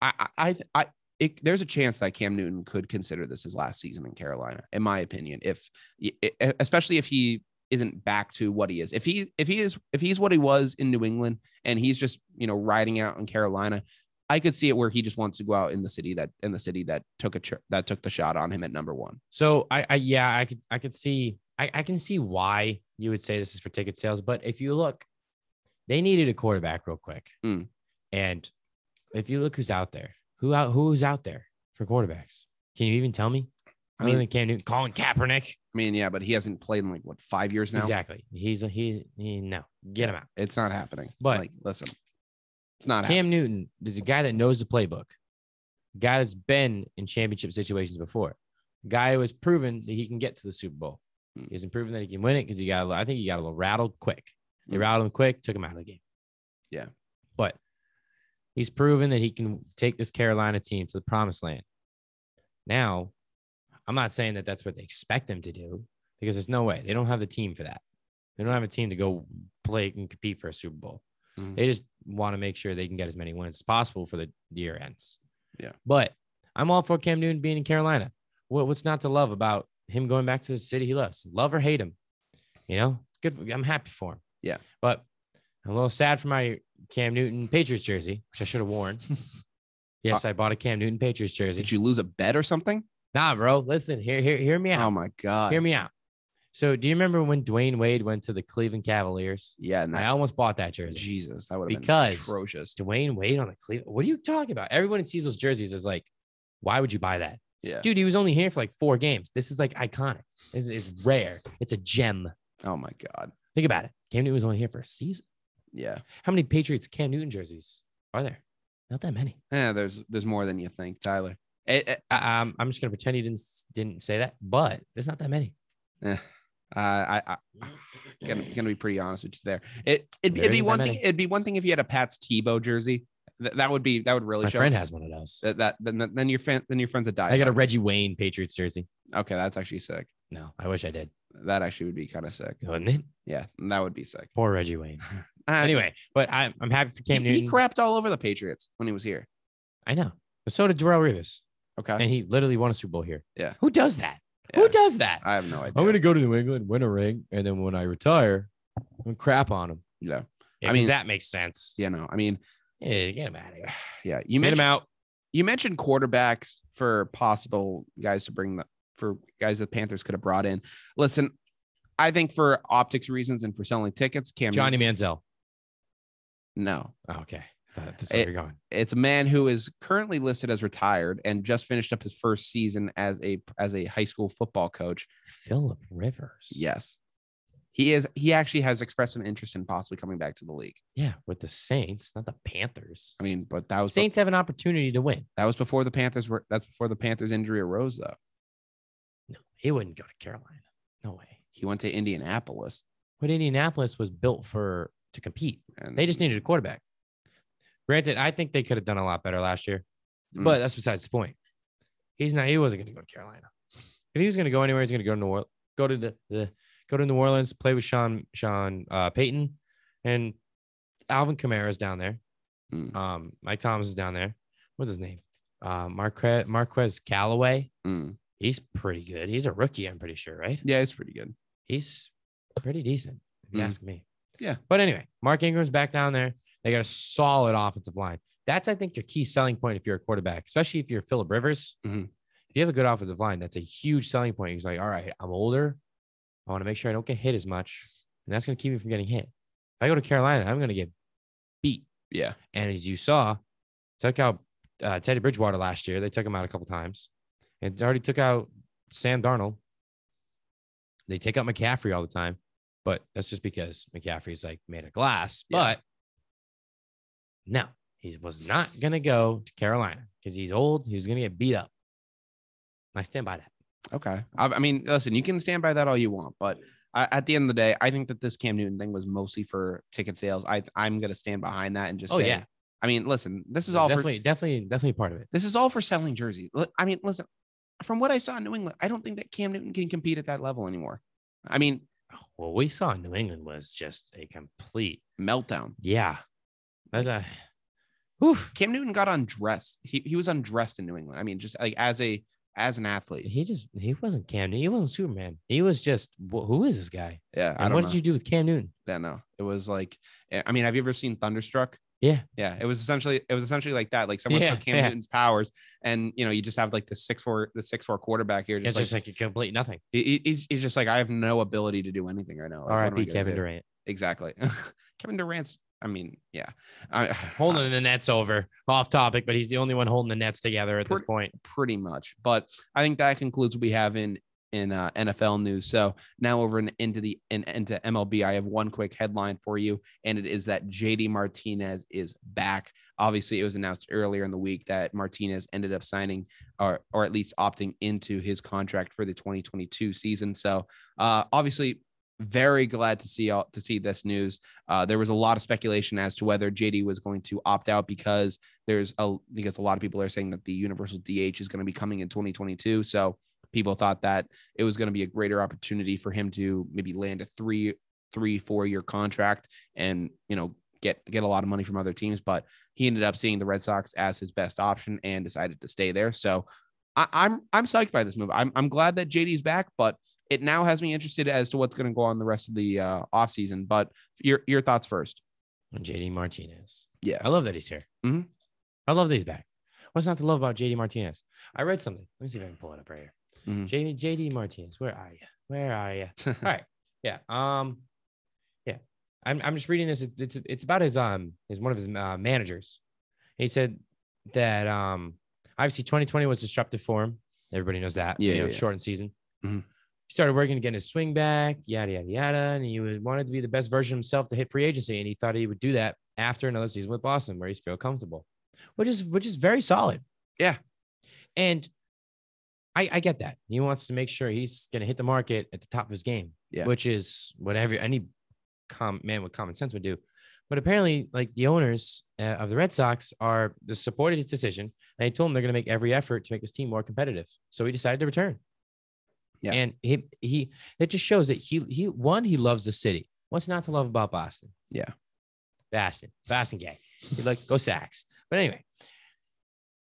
Speaker 1: I, I, I, it, there's a chance that Cam Newton could consider this his last season in Carolina, in my opinion. If, i- especially if he isn't back to what he is, if he, if he is, if he's what he was in New England, and he's just you know riding out in Carolina, I could see it where he just wants to go out in the city that in the city that took a ch- that took the shot on him at number one.
Speaker 2: So I, I yeah, I could I could see I, I can see why you would say this is for ticket sales, but if you look, they needed a quarterback real quick.
Speaker 1: Mm.
Speaker 2: And if you look who's out there, who out who's out there for quarterbacks? Can you even tell me?
Speaker 1: I
Speaker 2: I mean,
Speaker 1: mean-
Speaker 2: other than Cam Newton, Colin Kaepernick.
Speaker 1: I mean, yeah, but he hasn't played in like what five years now.
Speaker 2: Exactly. He's a, he he no get him out.
Speaker 1: It's not happening.
Speaker 2: But-
Speaker 1: like, listen, it's not happening.
Speaker 2: Cam Newton is a guy that knows the playbook, guy that's been in championship situations before, guy who has proven that he can get to the Super Bowl.
Speaker 1: Mm.
Speaker 2: He's proven that he can win it because he got. a little- I think he got a little rattled quick. They
Speaker 1: Mm.
Speaker 2: rattled him quick, took him out of the game.
Speaker 1: Yeah.
Speaker 2: but he's proven that he can take this Carolina team to the promised land. Now, I'm not saying that that's what they expect him to do because there's no way they don't have the team for that. They don't have a team to go play and compete for a Super Bowl.
Speaker 1: Mhm.
Speaker 2: They just want to make sure they can get as many wins as possible for the year ends.
Speaker 1: Yeah.
Speaker 2: But I'm all for Cam Newton being in Carolina. What, what's not to love about him going back to the city he loves? Love or hate him, you know, good. I'm happy for him.
Speaker 1: Yeah.
Speaker 2: But I'm a little sad for my Cam Newton Patriots jersey, which I should have worn. yes, I bought a Cam Newton Patriots jersey.
Speaker 1: Uh, Did you lose a bet or something?
Speaker 2: nah, bro. Listen, hear, hear, hear me
Speaker 1: Oh
Speaker 2: out.
Speaker 1: my god.
Speaker 2: hear me out. So, do you remember when Dwayne Wade went to the Cleveland Cavaliers?
Speaker 1: yeah, and
Speaker 2: I
Speaker 1: that,
Speaker 2: almost bought that jersey.
Speaker 1: Jesus, that would have
Speaker 2: Because-
Speaker 1: been atrocious.
Speaker 2: Dwayne Wade on the Cleveland. What are you talking about? Everyone who sees those jerseys is like, why would you buy that?
Speaker 1: Yeah.
Speaker 2: Dude, he was only here for like four games. This is like iconic. This is rare. It's a gem.
Speaker 1: Oh my god.
Speaker 2: Think about it. Cam Newton was only here for a season.
Speaker 1: Yeah.
Speaker 2: How many Patriots Cam Newton jerseys are there? Not that many.
Speaker 1: Yeah, Eh, there's there's more than you think, Tyler. Eh, eh, I,
Speaker 2: I, um, I'm just gonna pretend you didn't didn't say that, but there's not that many.
Speaker 1: eh. I, I gonna, gonna be pretty honest with you there. It it'd, be-
Speaker 2: There
Speaker 1: it'd be
Speaker 2: isn't that
Speaker 1: one thing.
Speaker 2: many.
Speaker 1: It'd be one thing if you had a Pat's Tebow jersey. Th- that would be that would really
Speaker 2: My
Speaker 1: show
Speaker 2: friend has one of those.
Speaker 1: that, that then then your fan then your friends a die.
Speaker 2: I got a Reggie Wayne Patriots jersey.
Speaker 1: okay. That's actually sick.
Speaker 2: No, I wish I did.
Speaker 1: That actually would be kind of sick.
Speaker 2: Wouldn't it?
Speaker 1: Yeah, that would be sick.
Speaker 2: Poor Reggie Wayne.
Speaker 1: Ah,
Speaker 2: Anyway, but I'm I'm happy for Cam
Speaker 1: he, he
Speaker 2: Newton.
Speaker 1: crapped all over the Patriots when he was here.
Speaker 2: I know. But so did Darrell Rivas.
Speaker 1: Okay,
Speaker 2: and he literally won a Super Bowl here.
Speaker 1: Yeah.
Speaker 2: Who does that?
Speaker 1: Yeah.
Speaker 2: Who does that?
Speaker 1: I have no idea.
Speaker 2: I'm gonna go to New England, win a ring, and then when I retire, I'm gonna crap on him.
Speaker 1: yeah,
Speaker 2: Yeah,
Speaker 1: I
Speaker 2: 'cause
Speaker 1: mean-
Speaker 2: that makes sense.
Speaker 1: you know, I mean,
Speaker 2: Yeah, get him out of here.
Speaker 1: yeah, you
Speaker 2: Get him
Speaker 1: mentioned
Speaker 2: out.
Speaker 1: you mentioned quarterbacks for possible guys to bring the for guys the Panthers could have brought in. Listen, I think for optics reasons and for selling tickets, Cam
Speaker 2: Johnny
Speaker 1: Newton-
Speaker 2: Manziel.
Speaker 1: No,
Speaker 2: Oh, okay. I thought That's where
Speaker 1: It-
Speaker 2: you're going.
Speaker 1: it's a man who is currently listed as retired and just finished up his first season as a as a high school football coach.
Speaker 2: Philip Rivers.
Speaker 1: Yes, he is. He actually has expressed an interest in possibly coming back to the league.
Speaker 2: Yeah, with the Saints, not the Panthers.
Speaker 1: I mean, but that was
Speaker 2: Saints have an opportunity to win.
Speaker 1: that was before the Panthers were. That's before the Panthers injury arose, though.
Speaker 2: No, he wouldn't go to Carolina. No way.
Speaker 1: He went to Indianapolis,
Speaker 2: But Indianapolis was built for to compete.
Speaker 1: and
Speaker 2: They just needed a quarterback. Granted, I think they could have done a lot better last year,
Speaker 1: Mm.
Speaker 2: but that's besides the point. He's not. He wasn't going to go to Carolina. If he was going to go anywhere, he's going to go to New Orleans. Go to the, the go to New Orleans, play with Sean Sean uh, Payton, and Alvin Kamara's down there.
Speaker 1: Mm.
Speaker 2: Um, Mike Thomas is down there. What's his name? Uh, Marquez Marquez Callaway.
Speaker 1: Mm.
Speaker 2: He's pretty good. He's a rookie, I'm pretty sure, right?
Speaker 1: yeah, it's pretty good.
Speaker 2: he's pretty decent, if you
Speaker 1: Mhm.
Speaker 2: ask me.
Speaker 1: Yeah.
Speaker 2: But anyway, Mark Ingram's back down there. They got a solid offensive line. That's, I think, your key selling point if you're a quarterback, especially if you're Philip Rivers.
Speaker 1: Mhm.
Speaker 2: If you have a good offensive line, that's a huge selling point. He's like, all right, I'm older. I want to make sure I don't get hit as much. And that's going to keep me from getting hit. If I go to Carolina, I'm going to get beat.
Speaker 1: Yeah,
Speaker 2: And as you saw, took out uh, Teddy Bridgewater last year. They took him out a couple times, and they already took out Sam Darnold. They take out McCaffrey all the time, but that's just because McCaffrey's like made of glass.
Speaker 1: Yeah.
Speaker 2: But no, he was not gonna go to Carolina because he's old. He was gonna get beat up. I stand by that.
Speaker 1: okay. I, I mean, listen, you can stand by that all you want, but I, at the end of the day, I think that this Cam Newton thing was mostly for ticket sales. I I'm gonna stand behind that and just.
Speaker 2: Oh
Speaker 1: say-
Speaker 2: yeah,
Speaker 1: I mean, listen, this is all for
Speaker 2: definitely, definitely, definitely part of it.
Speaker 1: this is all for selling jerseys. Li- I mean, listen, from what I saw in New England, I don't think that Cam Newton can compete at that level anymore. I mean,
Speaker 2: what we saw in New England was just a complete
Speaker 1: meltdown.
Speaker 2: yeah. That's a oof.
Speaker 1: Cam Newton got undressed. He he was undressed in New England. I mean, just like as a as an athlete.
Speaker 2: He just he wasn't Cam Newton. He wasn't Superman. He was just wh- who is this guy?
Speaker 1: Yeah, I don't
Speaker 2: And what
Speaker 1: know.
Speaker 2: did you do with Cam Newton?
Speaker 1: yeah, no, it was like, eh, I mean, have you ever seen Thunderstruck?
Speaker 2: Yeah.
Speaker 1: Yeah, it was essentially it was essentially like that. Like someone
Speaker 2: Yeah,
Speaker 1: took Cam
Speaker 2: yeah.
Speaker 1: Newton's powers, and you know, you just have like the six four the six four quarterback here.
Speaker 2: It's
Speaker 1: Just like,
Speaker 2: just like a complete nothing.
Speaker 1: he- he- he's, he's just like I have no ability to do anything right now. Like, what am I
Speaker 2: R.I.P.
Speaker 1: gonna
Speaker 2: Kevin
Speaker 1: do?
Speaker 2: Durant.
Speaker 1: Exactly. Kevin Durant's. I mean, yeah. I, Uh,
Speaker 2: Holding the nets over. Off topic, but he's the only one holding the nets together at this
Speaker 1: Pretty-
Speaker 2: point.
Speaker 1: pretty much. But I think that concludes what we have in in uh, NFL news. So now over in, into the in, into MLB, I have one quick headline for you, and it is that JD Martinez is back. Obviously, it was announced earlier in the week that Martinez ended up signing or or at least opting into his contract for the 2022 season. So uh, obviously. Very glad to see all, to see this news. Uh, there was a lot of speculation as to whether JD was going to opt out because there's a because a lot of people are saying that the universal DH is going to be coming in 2022. So people thought that it was going to be a greater opportunity for him to maybe land a three, three, four year contract and you know get get a lot of money from other teams. But he ended up seeing the Red Sox as his best option and decided to stay there. So I, I'm I'm psyched by this move. I'm I'm glad that JD's back, but it now has me interested as to what's going to go on the rest of the uh, offseason. But your your thoughts first.
Speaker 2: JD Martinez.
Speaker 1: Yeah.
Speaker 2: I love that he's here.
Speaker 1: Mhm.
Speaker 2: I love that he's back. What's not to love about JD Martinez? I read something. Let me see if I can pull it up right here.
Speaker 1: Mhm.
Speaker 2: JD, JD Martinez, where are you? Where are you? All right. Yeah. Um. Yeah. I'm. I'm just reading this. It's. It's, it's about his. Um. His one of his uh, managers. He said that. Um. Obviously, 2020 was disruptive for him. Everybody knows that.
Speaker 1: Yeah,
Speaker 2: You know,
Speaker 1: yeah, yeah.
Speaker 2: Shortened season.
Speaker 1: Mhm.
Speaker 2: He started working to get his swing back. Yada yada yada. And he was, wanted to be the best version of himself to hit free agency, and he thought he would do that after another season with Boston, where he's feel comfortable, which is which is very solid.
Speaker 1: Yeah.
Speaker 2: And I, I get that. He wants to make sure he's going to hit the market at the top of his game,
Speaker 1: Yeah.
Speaker 2: which is whatever any com- man with common sense would do. But apparently, like the owners uh, of the Red Sox are they supported his decision, and they told him they're going to make every effort to make this team more competitive. So he decided to return.
Speaker 1: Yeah.
Speaker 2: And he he it just shows that he he one he loves the city. What's not to love about Boston?
Speaker 1: Yeah.
Speaker 2: Boston, Boston gay. He'd like go Sox. But anyway,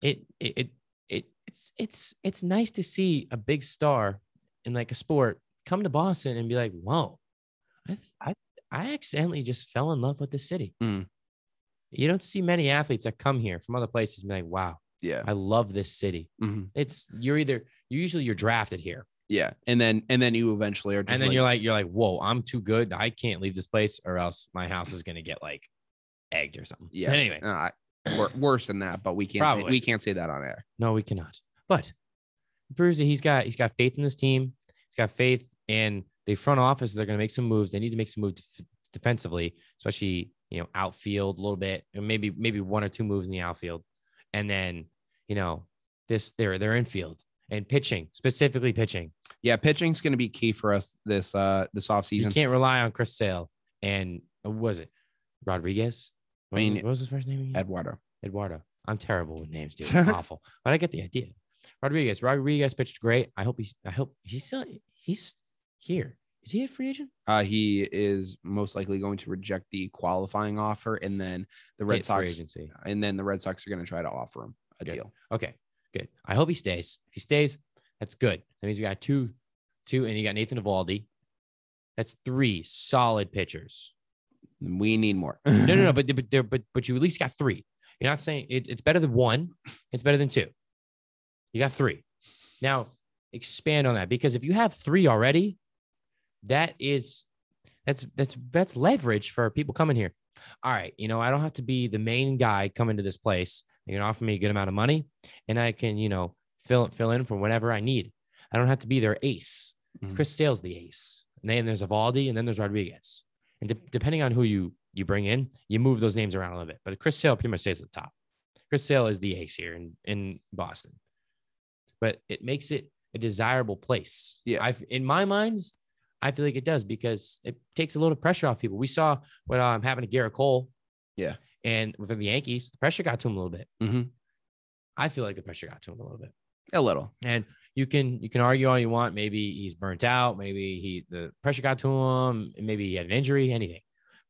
Speaker 2: it it it it it's it's it's nice to see a big star in like a sport come to Boston and be like, whoa, I I I accidentally just fell in love with the city.
Speaker 1: Mm.
Speaker 2: You don't see many athletes that come here from other places and be like, wow,
Speaker 1: Yeah.
Speaker 2: I love this city.
Speaker 1: Mhm.
Speaker 2: It's you're either usually you're drafted here,
Speaker 1: Yeah, and then and then you eventually are just
Speaker 2: and then
Speaker 1: like,
Speaker 2: you're like you're like, whoa, I'm too good. I can't leave this place, or else my house is gonna get like egged or something. Yeah.
Speaker 1: yes,
Speaker 2: Anyway,
Speaker 1: uh, wor- worse than that, but we can't say,
Speaker 2: Probably.
Speaker 1: we can't say that on air.
Speaker 2: No, we cannot. But Bruce, he's got he's got faith in this team. He's got faith in the front office. They're going to make some moves. They need to make some moves def- defensively, especially you know outfield a little bit, and maybe maybe one or two moves in the outfield, and then you know this their their infield and pitching specifically pitching.
Speaker 1: Yeah, pitching's going to be key for us this uh this
Speaker 2: You
Speaker 1: offseason.
Speaker 2: can't rely on Chris Sale and uh, what was it Rodriguez? What
Speaker 1: I
Speaker 2: was,
Speaker 1: mean,
Speaker 2: his, what was his first name? Again?
Speaker 1: Eduardo.
Speaker 2: Eduardo. I'm terrible with names, dude. I'm awful. But I get the idea. Rodriguez. Rodriguez pitched great. I hope he's I hope he's still he's here. Is he a free agent?
Speaker 1: Uh, he is most likely going to reject the qualifying offer, and then the Red
Speaker 2: Yeah, free
Speaker 1: Sox,
Speaker 2: agency.
Speaker 1: and then the Red Sox are going to try to offer him a
Speaker 2: Good.
Speaker 1: deal.
Speaker 2: Okay, good. I hope he stays. If he stays, that's good. That means we got two, two, and you got Nathan Evaldi. That's three solid pitchers.
Speaker 1: We need more.
Speaker 2: No, no, no. But but there, but but you at least got three. You're not saying it, it's better than one. It's better than two. You got three. Now expand on that because if you have three already, that is that's that's that's leverage for people coming here. All right, you know I don't have to be the main guy coming to this place. They can offer me a good amount of money, and I can you know fill fill in for whatever I need. I don't have to be their ace.
Speaker 1: Mhm.
Speaker 2: Chris Sale's the ace, and then there's Avaldi, and then there's Rodriguez. And de- depending on who you you bring in, you move those names around a little bit. But Chris Sale pretty much stays at the top. Chris Sale is the ace here in in Boston, but it makes it a desirable place.
Speaker 1: Yeah.
Speaker 2: I've in my mind, I feel like it does because it takes a load of pressure off people. We saw what um, happened to Garrett Cole.
Speaker 1: Yeah.
Speaker 2: and with the Yankees, the pressure got to him a little bit.
Speaker 1: Mhm.
Speaker 2: I feel like the pressure got to him a little bit.
Speaker 1: a little.
Speaker 2: and you can you can argue all you want. Maybe he's burnt out. Maybe he the pressure got to him. and Maybe he had an injury. Anything.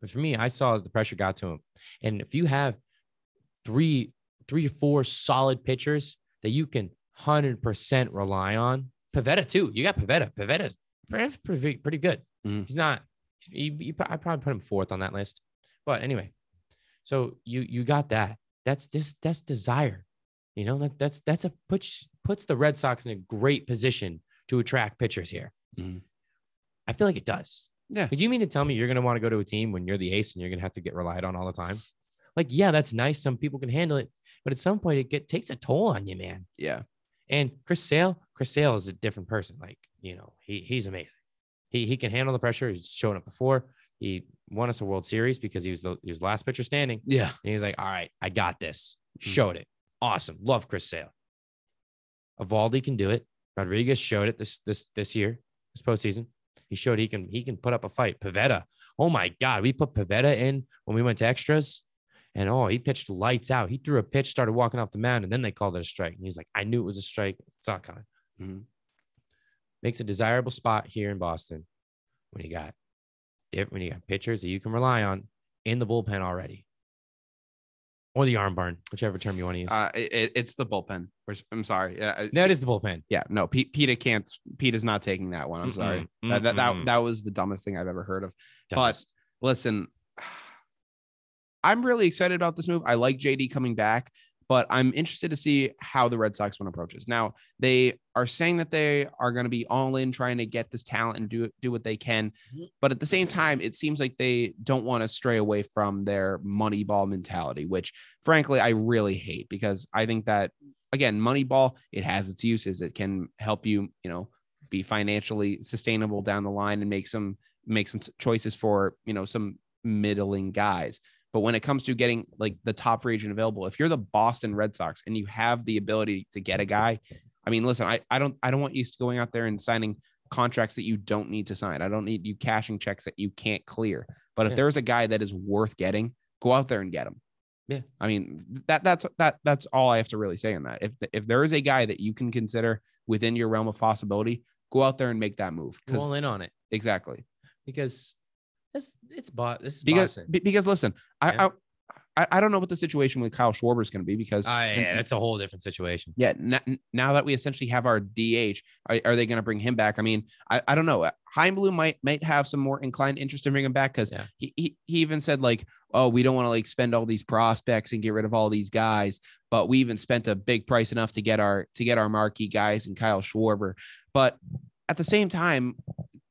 Speaker 2: But for me, I saw that the pressure got to him. And if you have three, three, four solid pitchers that you can hundred percent rely on, Pavetta too. You got Pavetta. Pavetta's Pavetta's pretty pretty good.
Speaker 1: Mm.
Speaker 2: He's not. He, he, I probably put him fourth on that list. But anyway, so you you got that. That's just that's desire. You know, that, that's that's a puts puts the Red Sox in a great position to attract pitchers here.
Speaker 1: Mhm.
Speaker 2: I feel like it does.
Speaker 1: Yeah.
Speaker 2: Do you mean to tell me you're going to want to go to a team when you're the ace and you're going to have to get relied on all the time? Like, yeah, that's nice. Some people can handle it, but at some point, it get, takes a toll on you, man.
Speaker 1: Yeah.
Speaker 2: And Chris Sale, Chris Sale is a different person. Like, you know, he he's amazing. He he can handle the pressure. He's shown up before. He won us a World Series because he was the he was the last pitcher standing.
Speaker 1: Yeah.
Speaker 2: And he's like, all right, I got this.
Speaker 1: Mhm.
Speaker 2: Showed it. Awesome. Love Chris Sale. Avaldi can do it. Rodriguez showed it this this this year, this postseason. He showed he can he can put up a fight. Pavetta. Oh my God. We put Pavetta in when we went to extras. And oh, he pitched lights out. He threw a pitch, started walking off the mound, and then they called it a strike. And he's like, I knew it was a strike. It's not coming.
Speaker 1: Mhm.
Speaker 2: Makes a desirable spot here in Boston when you got diff- when you got pitchers that you can rely on in the bullpen already or the arm barn, whichever term you want to use.
Speaker 1: Uh, it, it- it's the bullpen. We're s- I'm sorry. Yeah. I-
Speaker 2: no, it is the bullpen.
Speaker 1: yeah. No, Pete, PETA can't. PETA's not taking that one. I'm sorry.
Speaker 2: Mm-mm,
Speaker 1: That, that,
Speaker 2: mm-mm.
Speaker 1: that, that was the dumbest thing I've ever heard of.
Speaker 2: Dumbest.
Speaker 1: But listen, I'm really excited about this move. I like JD coming back, but I'm interested to see how the Red Sox one approaches. Now, they are saying that they are going to be all in trying to get this talent and do do what they can. But at the same time, it seems like they don't want to stray away from their money ball mentality, which frankly I really hate because I think that again, money ball, it has its uses. It can help you, you know, be financially sustainable down the line and make some make some t- choices for you know some middling guys but when it comes to getting like the top free agent available if you're the boston red sox and you have the ability to get a guy i mean listen i, I don't i don't want you going out there and signing contracts that you don't need to sign i don't need you cashing checks that you can't clear but if
Speaker 2: Yeah.
Speaker 1: there's a guy that is worth getting go out there and get him
Speaker 2: Yeah.
Speaker 1: i mean that that's that that's all i have to really say on that if if there is a guy that you can consider within your realm of possibility go out there and make that move
Speaker 2: I'm
Speaker 1: because
Speaker 2: all in on it
Speaker 1: exactly
Speaker 2: because it's it's bot. This is
Speaker 1: because
Speaker 2: Boston.
Speaker 1: be- because listen, I,
Speaker 2: Yeah.
Speaker 1: I I I don't know what the situation with Kyle Schwarber is going to be because
Speaker 2: Ah, yeah, that's a whole different situation.
Speaker 1: yeah, n- now that we essentially have our DH, are, are they going to bring him back? I mean, I, I don't know. Heimblum might might have some more inclined interest in bringing him back because
Speaker 2: Yeah.
Speaker 1: he, he he even said like, oh, we don't want to like spend all these prospects and get rid of all these guys, but we even spent a big price enough to get our to get our marquee guys and Kyle Schwarber. But at the same time,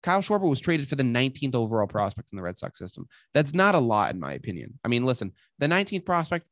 Speaker 1: Kyle Schwarber was traded for the 19th overall prospect in the Red Sox system. That's not a lot, in my opinion. I mean, listen, the 19th prospect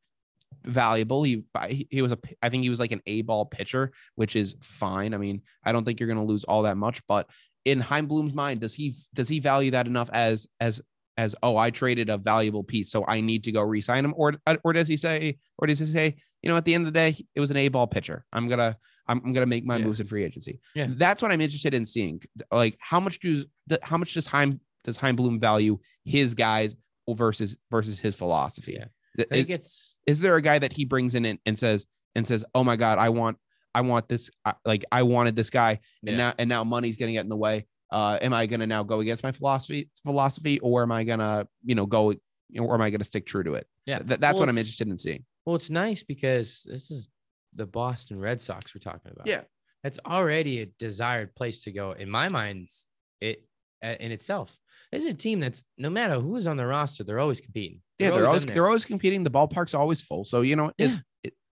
Speaker 1: valuable. He I- he was a I think he was like an A ball pitcher, which is fine. I mean, I don't think you're going to lose all that much, but in Heimblum's mind, does he does he value that enough as as as oh I traded a valuable piece, so I need to go re-sign him, or uh, or does he say or does he say you know at the end of the day it was an A ball pitcher. I'm gonna I'm, I'm gonna make my
Speaker 2: Yeah.
Speaker 1: moves in free agency.
Speaker 2: Yeah.
Speaker 1: that's what I'm interested in seeing. Like how much does how much does Heim does Heimblum value his guys versus versus his philosophy?
Speaker 2: Yeah.
Speaker 1: Th-
Speaker 2: I
Speaker 1: is-
Speaker 2: think it's
Speaker 1: is there a guy that he brings in and, and says and says oh my god i want i want this I, like i wanted this guy and
Speaker 2: Yeah.
Speaker 1: now and now money's gonna get in the way uh am i gonna now go against my philosophy philosophy or am i gonna you know go or am i gonna stick true to it
Speaker 2: yeah.
Speaker 1: Th- that's
Speaker 2: Well,
Speaker 1: what i'm
Speaker 2: it's-
Speaker 1: interested in seeing
Speaker 2: Well, it's nice because this is the Boston Red Sox we're talking about.
Speaker 1: Yeah.
Speaker 2: That's already a desired place to go in my mind. It uh, in itself. This is a team that's no matter who is on the roster, they're always competing.
Speaker 1: yeah they're always
Speaker 2: in there.
Speaker 1: they're always competing the ballpark's always full so you know it's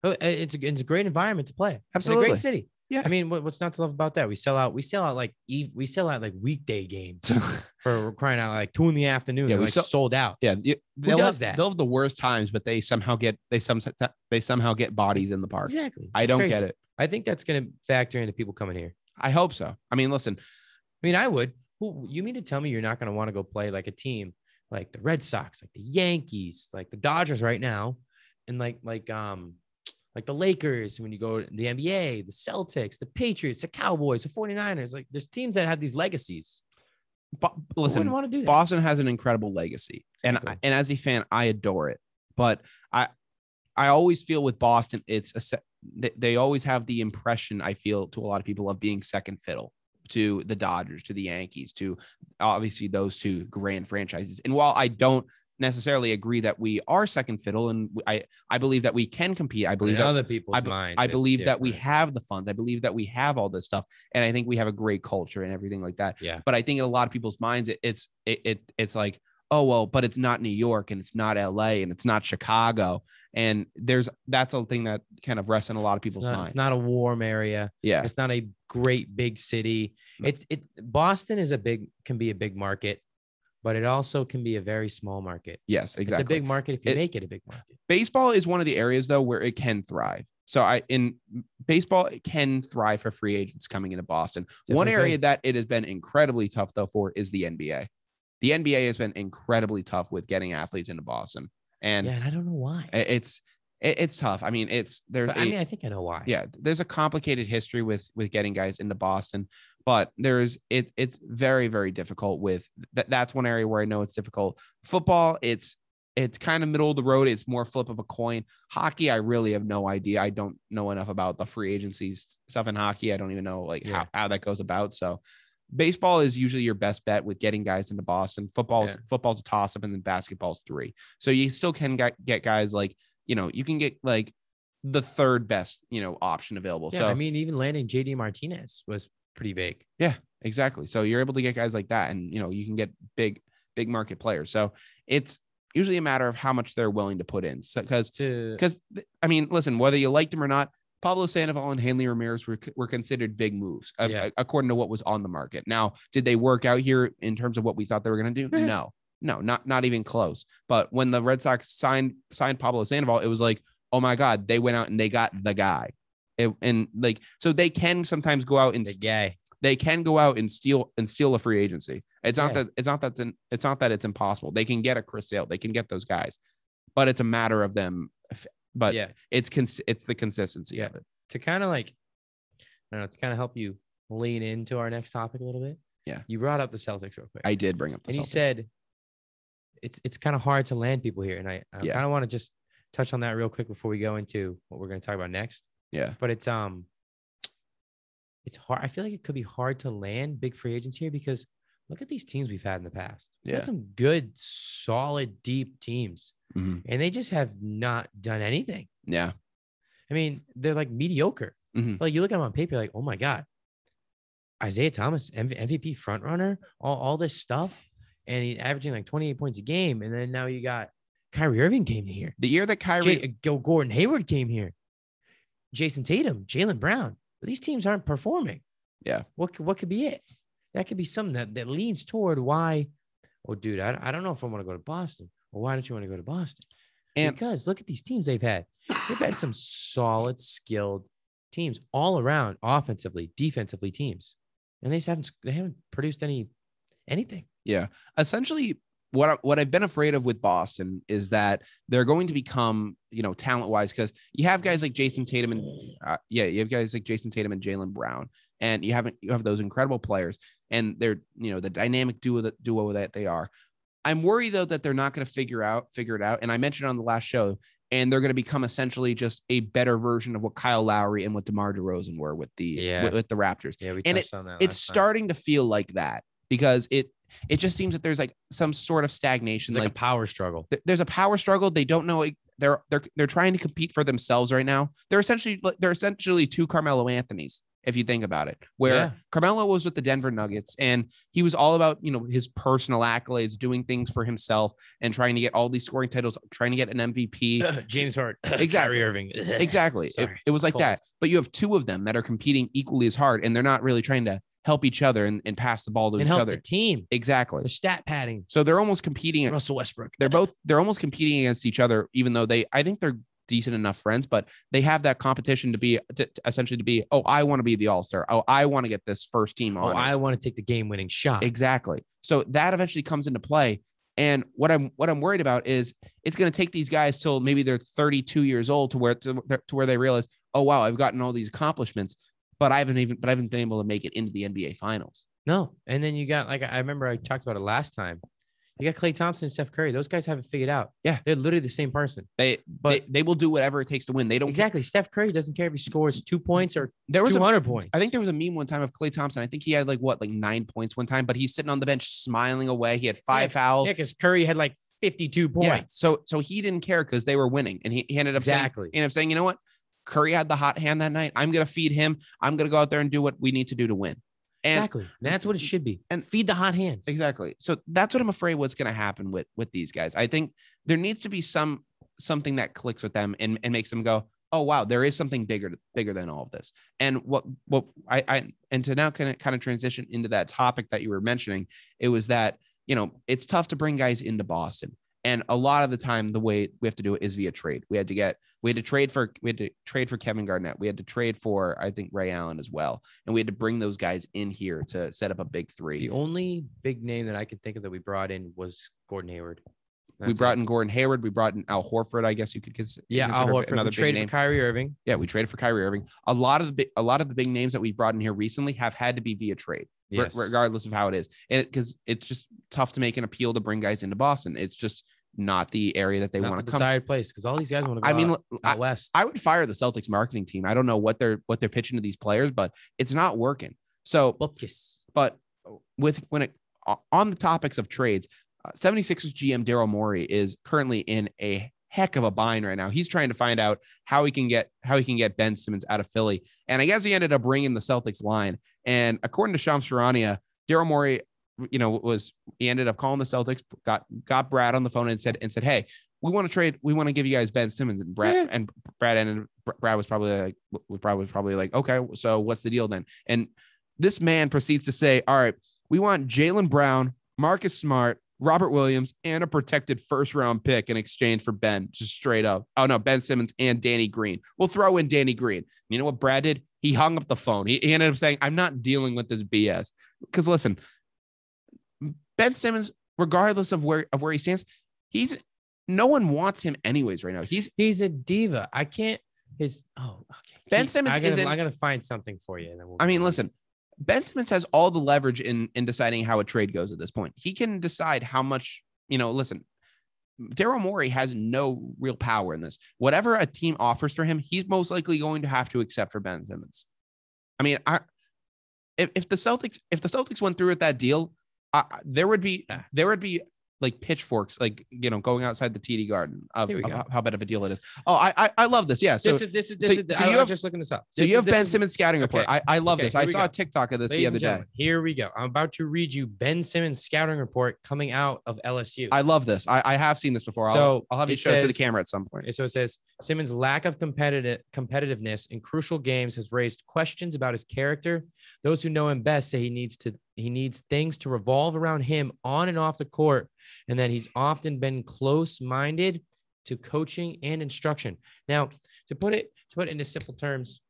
Speaker 2: Oh, it- it's a, it's a great environment to play.
Speaker 1: Absolutely.
Speaker 2: in a great city.
Speaker 1: Yeah.
Speaker 2: I mean, what, what's not to love about that? We sell out. We sell out like eve. We sell out like weekday games for crying out like two in the afternoon.
Speaker 1: Yeah,
Speaker 2: Yeah,
Speaker 1: we
Speaker 2: we like
Speaker 1: sell-
Speaker 2: sold out.
Speaker 1: yeah you- they'll
Speaker 2: does
Speaker 1: have,
Speaker 2: that?
Speaker 1: they'll have the worst times but they somehow get they some they somehow get bodies in the park
Speaker 2: Exactly.
Speaker 1: i
Speaker 2: It's
Speaker 1: don't
Speaker 2: crazy.
Speaker 1: get it
Speaker 2: I think that's going to factor into people coming here.
Speaker 1: i hope so i mean listen
Speaker 2: I mean, I would. Who you mean to tell me you're not going to want to go play like a team like the Red Sox, like the Yankees, like the Dodgers right now, and like like um like the Lakers when you go to the NBA, the Celtics, the Patriots, the Cowboys, the 49ers. Like there's teams that have these legacies.
Speaker 1: but
Speaker 2: Who
Speaker 1: listen
Speaker 2: wouldn't want to do that.
Speaker 1: Boston has an incredible legacy, and
Speaker 2: Exactly.
Speaker 1: and as a fan, I adore it. But I I always feel with Boston, it's a se- they, they always have the impression I feel to a lot of people of being second fiddle to the Dodgers, to the Yankees, to obviously those two grand franchises. And while I don't necessarily agree that we are second fiddle, and I I believe that we can compete. I believe
Speaker 2: in
Speaker 1: that
Speaker 2: other people's
Speaker 1: be-
Speaker 2: mind.
Speaker 1: I
Speaker 2: it's
Speaker 1: believe that we
Speaker 2: different.
Speaker 1: have the funds. I believe that we have all this stuff, and I think we have a great culture and everything like that.
Speaker 2: Yeah.
Speaker 1: But I think in a lot of people's minds, it, it's it, it it's like, oh well, but it's not New York and it's not L.A. and it's not Chicago, and there's that's a thing that kind of rests in a lot of
Speaker 2: It's
Speaker 1: people's
Speaker 2: not,
Speaker 1: minds.
Speaker 2: it's not a warm area.
Speaker 1: yeah,
Speaker 2: It's not a great big city.
Speaker 1: No.
Speaker 2: It's it Boston is a big can be a big market, but it also can be a very small market.
Speaker 1: yes, exactly.
Speaker 2: It's a big market if you
Speaker 1: It-
Speaker 2: make it a big market.
Speaker 1: baseball is one of the areas though where it can thrive. So I in baseball it can thrive for free agents coming into Boston. one
Speaker 2: Definitely.
Speaker 1: area that it has been incredibly tough though for is the NBA. The NBA has been incredibly tough with getting athletes into Boston, and
Speaker 2: yeah, and I don't know why.
Speaker 1: i- it's it- it's tough. I mean, it's there's
Speaker 2: But
Speaker 1: a-
Speaker 2: I mean, I think I know why.
Speaker 1: yeah there's a complicated history with with getting guys into boston but there's it it's very very difficult with that that's one area where i know it's difficult football it's it's kind of middle of the road it's more flip of a coin hockey i really have no idea i don't know enough about the free agencies stuff in hockey i don't even know like
Speaker 2: Yeah.
Speaker 1: how, how that goes about so baseball is usually your best bet with getting guys into boston football
Speaker 2: Yeah.
Speaker 1: football's a toss up and then basketball's three so you still can get, get guys like you know you can get like the third best you know option available
Speaker 2: Yeah,
Speaker 1: so
Speaker 2: I mean, even landing JD Martinez was pretty big.
Speaker 1: exactly so you're able to get guys like that and you know you can get big big market players so it's usually a matter of how much they're willing to put in because
Speaker 2: To
Speaker 1: because i mean listen whether you liked them or not pablo sandoval and hanley ramirez were, were considered big moves a-
Speaker 2: Yeah.
Speaker 1: a- according to what was on the market now did they work out here in terms of what we thought they were going to do
Speaker 2: Yeah.
Speaker 1: no no not not even close but when the red sox signed signed pablo sandoval it was like oh my god they went out and they got the guy It- and like so they can sometimes go out and
Speaker 2: the guy.
Speaker 1: they can go out and steal and steal a free agency. It's not
Speaker 2: Yeah.
Speaker 1: that it's not that it's- it's not that it's impossible. They can get a Chris Sale. They can get those guys, but it's a matter of them. f- But
Speaker 2: yeah,
Speaker 1: it's cons- it's the consistency of it.
Speaker 2: to kind of like, I don't know, to kind of help you lean into our next topic a little bit.
Speaker 1: Yeah.
Speaker 2: You brought up the Celtics real quick.
Speaker 1: I did bring up the
Speaker 2: and you
Speaker 1: Celtics.
Speaker 2: said it's it's kind of hard to land people here. And I, I
Speaker 1: Yeah.
Speaker 2: kind of want to just touch on that real quick before we go into what we're going to talk about next.
Speaker 1: yeah,
Speaker 2: But it's um it's hard. I feel like it could be hard to land big free agents here because look at these teams we've had in the past. We've
Speaker 1: Yeah.
Speaker 2: had some good, solid, deep teams.
Speaker 1: Mhm.
Speaker 2: And they just have not done anything.
Speaker 1: yeah,
Speaker 2: I mean, they're like mediocre.
Speaker 1: Mhm.
Speaker 2: Like you look at them on paper, you're like, oh my God, Isaiah Thomas, M- MVP front runner, all, all this stuff. And he's averaging like 28 points a game. And then now you got Kyrie Irving came here.
Speaker 1: the year that Kyrie.
Speaker 2: Jay, Go Gordon Hayward came here. Jason Tatum, Jalen Brown. But these teams aren't performing.
Speaker 1: Yeah.
Speaker 2: What could, what could be it? That could be something that, that leans toward why, oh, dude, I, I don't know if I want to go to Boston. Well, why don't you want to go to Boston?
Speaker 1: And-
Speaker 2: because look at these teams they've had. They've had some solid, skilled teams all around, offensively, defensively teams, and they just haven't they haven't produced any anything.
Speaker 1: Yeah. Essentially, what I, what I've been afraid of with Boston is that they're going to become, you know, talent wise, because you have guys like Jason Tatum and uh, yeah, you have guys like Jason Tatum and Jalen Brown, and you haven't you have those incredible players, and they're you know the dynamic duo that duo that they are. I'm worried though that they're not going to figure out figure it out, and I mentioned on the last show, and they're going to become essentially just a better version of what Kyle Lowry and what DeMar DeRozan were with the
Speaker 2: Yeah.
Speaker 1: with, with the Raptors
Speaker 2: Yeah, we
Speaker 1: And
Speaker 2: touched on that.
Speaker 1: it's starting to feel like that because it it just seems that there's like some sort of stagnation
Speaker 2: it's like,
Speaker 1: like,
Speaker 2: a power struggle.
Speaker 1: th- there's a power struggle they don't know it- they're they're they're trying to compete for themselves right now they're essentially they're essentially two Carmelo Anthony's if you think about it where
Speaker 2: Yeah.
Speaker 1: Carmelo was with the Denver Nuggets and he was all about you know his personal accolades doing things for himself and trying to get all these scoring titles trying to get an MVP
Speaker 2: James Hart,
Speaker 1: Exactly.
Speaker 2: Kyrie Irving,
Speaker 1: exactly it,
Speaker 2: Sorry.
Speaker 1: it was like
Speaker 2: Cold.
Speaker 1: that but you have two of them that are competing equally as hard and they're not really trying to help each other and, and pass the ball to
Speaker 2: and
Speaker 1: each
Speaker 2: help
Speaker 1: other
Speaker 2: the team.
Speaker 1: Exactly.
Speaker 2: The stat padding,
Speaker 1: So they're almost competing.
Speaker 2: Russell Westbrook.
Speaker 1: They're both they're almost competing against each other, even though they I think they're decent enough friends, but they have that competition to be to, to essentially to be, oh, I want to be the all star. Oh, I want to get this first team
Speaker 2: Oh,
Speaker 1: on.
Speaker 2: I want to take the game-winning shot.
Speaker 1: exactly. So that eventually comes into play. And what I'm what I'm worried about is it's going to take these guys till maybe they're 32 years old to where to, to where they realize, oh wow, I've gotten all these accomplishments, but I haven't even but I haven't been able to make it into the NBA finals.
Speaker 2: No. And then you got like I remember I talked about it last time. You got Clay Thompson and Steph Curry. Those guys haven't figured out.
Speaker 1: Yeah.
Speaker 2: They're literally the same person.
Speaker 1: They
Speaker 2: But-
Speaker 1: they, they will do whatever it takes to win. They don't
Speaker 2: Exactly. Steph Curry doesn't care if he scores two points or
Speaker 1: there was a
Speaker 2: 200 points.
Speaker 1: I think there was a meme one time of Clay Thompson. I think he had like what, like nine points one time, but he's sitting on the bench smiling away. He had five fouls.
Speaker 2: Yeah, because Curry had like 52 points.
Speaker 1: Yeah. So so he didn't care because they were winning, and he, he ended up
Speaker 2: Exactly.
Speaker 1: saying, he ended up saying, you know what, Curry had the hot hand that night. I'm gonna feed him. I'm gonna go out there and do what we need to do to win. And
Speaker 2: exactly. That's what it should be.
Speaker 1: and-
Speaker 2: And feed the hot hand.
Speaker 1: exactly. So that's what I'm afraid what's gonna happen with with these guys. I think there needs to be some something that clicks with them and, and makes them go, oh wow, there is something bigger bigger than all of this. And what what I, I and to now kind of kind of transition into that topic that you were mentioning, it was that you know it's tough to bring guys into Boston, and a lot of the time the way we have to do it is via trade. We had to get we had to trade for we had to trade for Kevin Garnett, we had to trade for I think Ray Allen as well, and we had to bring those guys in here to set up a big three.
Speaker 2: The only big name that I could think of that we brought in was Gordon Hayward.
Speaker 1: we brought in Gordon Hayward, we brought in Al Horford, I guess you could cons-
Speaker 2: yeah, Al
Speaker 1: consider
Speaker 2: Horford. Another
Speaker 1: another
Speaker 2: we
Speaker 1: big
Speaker 2: traded
Speaker 1: name.
Speaker 2: for Kyrie Irving.
Speaker 1: Yeah, we traded for Kyrie Irving. A lot of the big, a lot of the big names that we brought in here recently have had to be via trade, re-
Speaker 2: Yes.
Speaker 1: regardless of how it is, and because it's just tough to make an appeal to bring guys into Boston. It's just not the area that they
Speaker 2: Not
Speaker 1: want
Speaker 2: the
Speaker 1: to
Speaker 2: uh,
Speaker 1: come.
Speaker 2: desired place because all these guys want to go
Speaker 1: I mean,
Speaker 2: out,
Speaker 1: l-
Speaker 2: out
Speaker 1: I,
Speaker 2: west.
Speaker 1: I would fire the Celtics marketing team. I don't know what they're what they're pitching to these players, but it's not working. So,
Speaker 2: Bupkis.
Speaker 1: but with when it on the topics of trades, uh, 76ers GM Daryl Morey is currently in a heck of a bind right now. He's trying to find out how he can get how he can get Ben Simmons out of Philly, and I guess he ended up bringing the Celtics line. And according to Shams Charania, Daryl Morey, you know, was he ended up calling the Celtics, got got Brad on the phone and said and said, hey. We want to trade. We want to give you guys Ben Simmons and Brad
Speaker 2: Yeah.
Speaker 1: and Brad and Brad was probably like, was probably probably like, okay, so what's the deal then? And this man proceeds to say, all right, we want Jalen Brown, Marcus Smart, Robert Williams, and a protected first round pick in exchange for Ben, just straight up. Oh, no, Ben Simmons and Danny Green. We'll throw in Danny Green. You know what Brad did? He hung up the phone. He, he ended up saying, I'm not dealing with this BS. Because listen, Ben Simmons, regardless of where of where he stands, he's no one wants him anyways right now. He's
Speaker 2: He's a diva. I can't. His oh, okay.
Speaker 1: Ben
Speaker 2: He-
Speaker 1: Simmons
Speaker 2: I gotta,
Speaker 1: isn't-
Speaker 2: I'm gonna find something for you. And then we'll
Speaker 1: I mean, listen, Ben Simmons has all the leverage in in deciding how a trade goes at this point. He can decide how much, you know, listen, Daryl Morey has no real power in this. Whatever a team offers for him, he's most likely going to have to accept for Ben Simmons. I mean, I if, if the Celtics if the Celtics went through with that deal, I, I- there would be
Speaker 2: Yeah.
Speaker 1: there would be like pitchforks, like you know, going outside the TD Garden of,
Speaker 2: Here we
Speaker 1: of
Speaker 2: go.
Speaker 1: how, how bad of a deal it is. Oh, I I, I love this. Yeah. So
Speaker 2: this is this is this
Speaker 1: so-
Speaker 2: is.
Speaker 1: so
Speaker 2: I,
Speaker 1: you
Speaker 2: you
Speaker 1: have-
Speaker 2: have, just looking this up.
Speaker 1: so
Speaker 2: This
Speaker 1: you
Speaker 2: is-
Speaker 1: have
Speaker 2: this
Speaker 1: Ben
Speaker 2: is-
Speaker 1: Simmons scouting report.
Speaker 2: okay.
Speaker 1: I, I love
Speaker 2: Okay,
Speaker 1: this.
Speaker 2: here
Speaker 1: I
Speaker 2: we
Speaker 1: saw
Speaker 2: go.
Speaker 1: a TikTok of this
Speaker 2: Ladies
Speaker 1: the
Speaker 2: and
Speaker 1: other day.
Speaker 2: gentlemen, Here we go. I'm about to read you Ben Simmons scouting report coming out of LSU.
Speaker 1: I love this. I, I have seen this before. I'll,
Speaker 2: So,
Speaker 1: I'll have you
Speaker 2: it
Speaker 1: show it to the
Speaker 2: says-
Speaker 1: camera at some point.
Speaker 2: And so it says Simmons' lack of competitive competitiveness in crucial games has raised questions about his character. Those who know him best say he needs to he needs things to revolve around him on and off the court, and that he's often been close-minded to coaching and instruction. Now, to put it to put it into simple terms,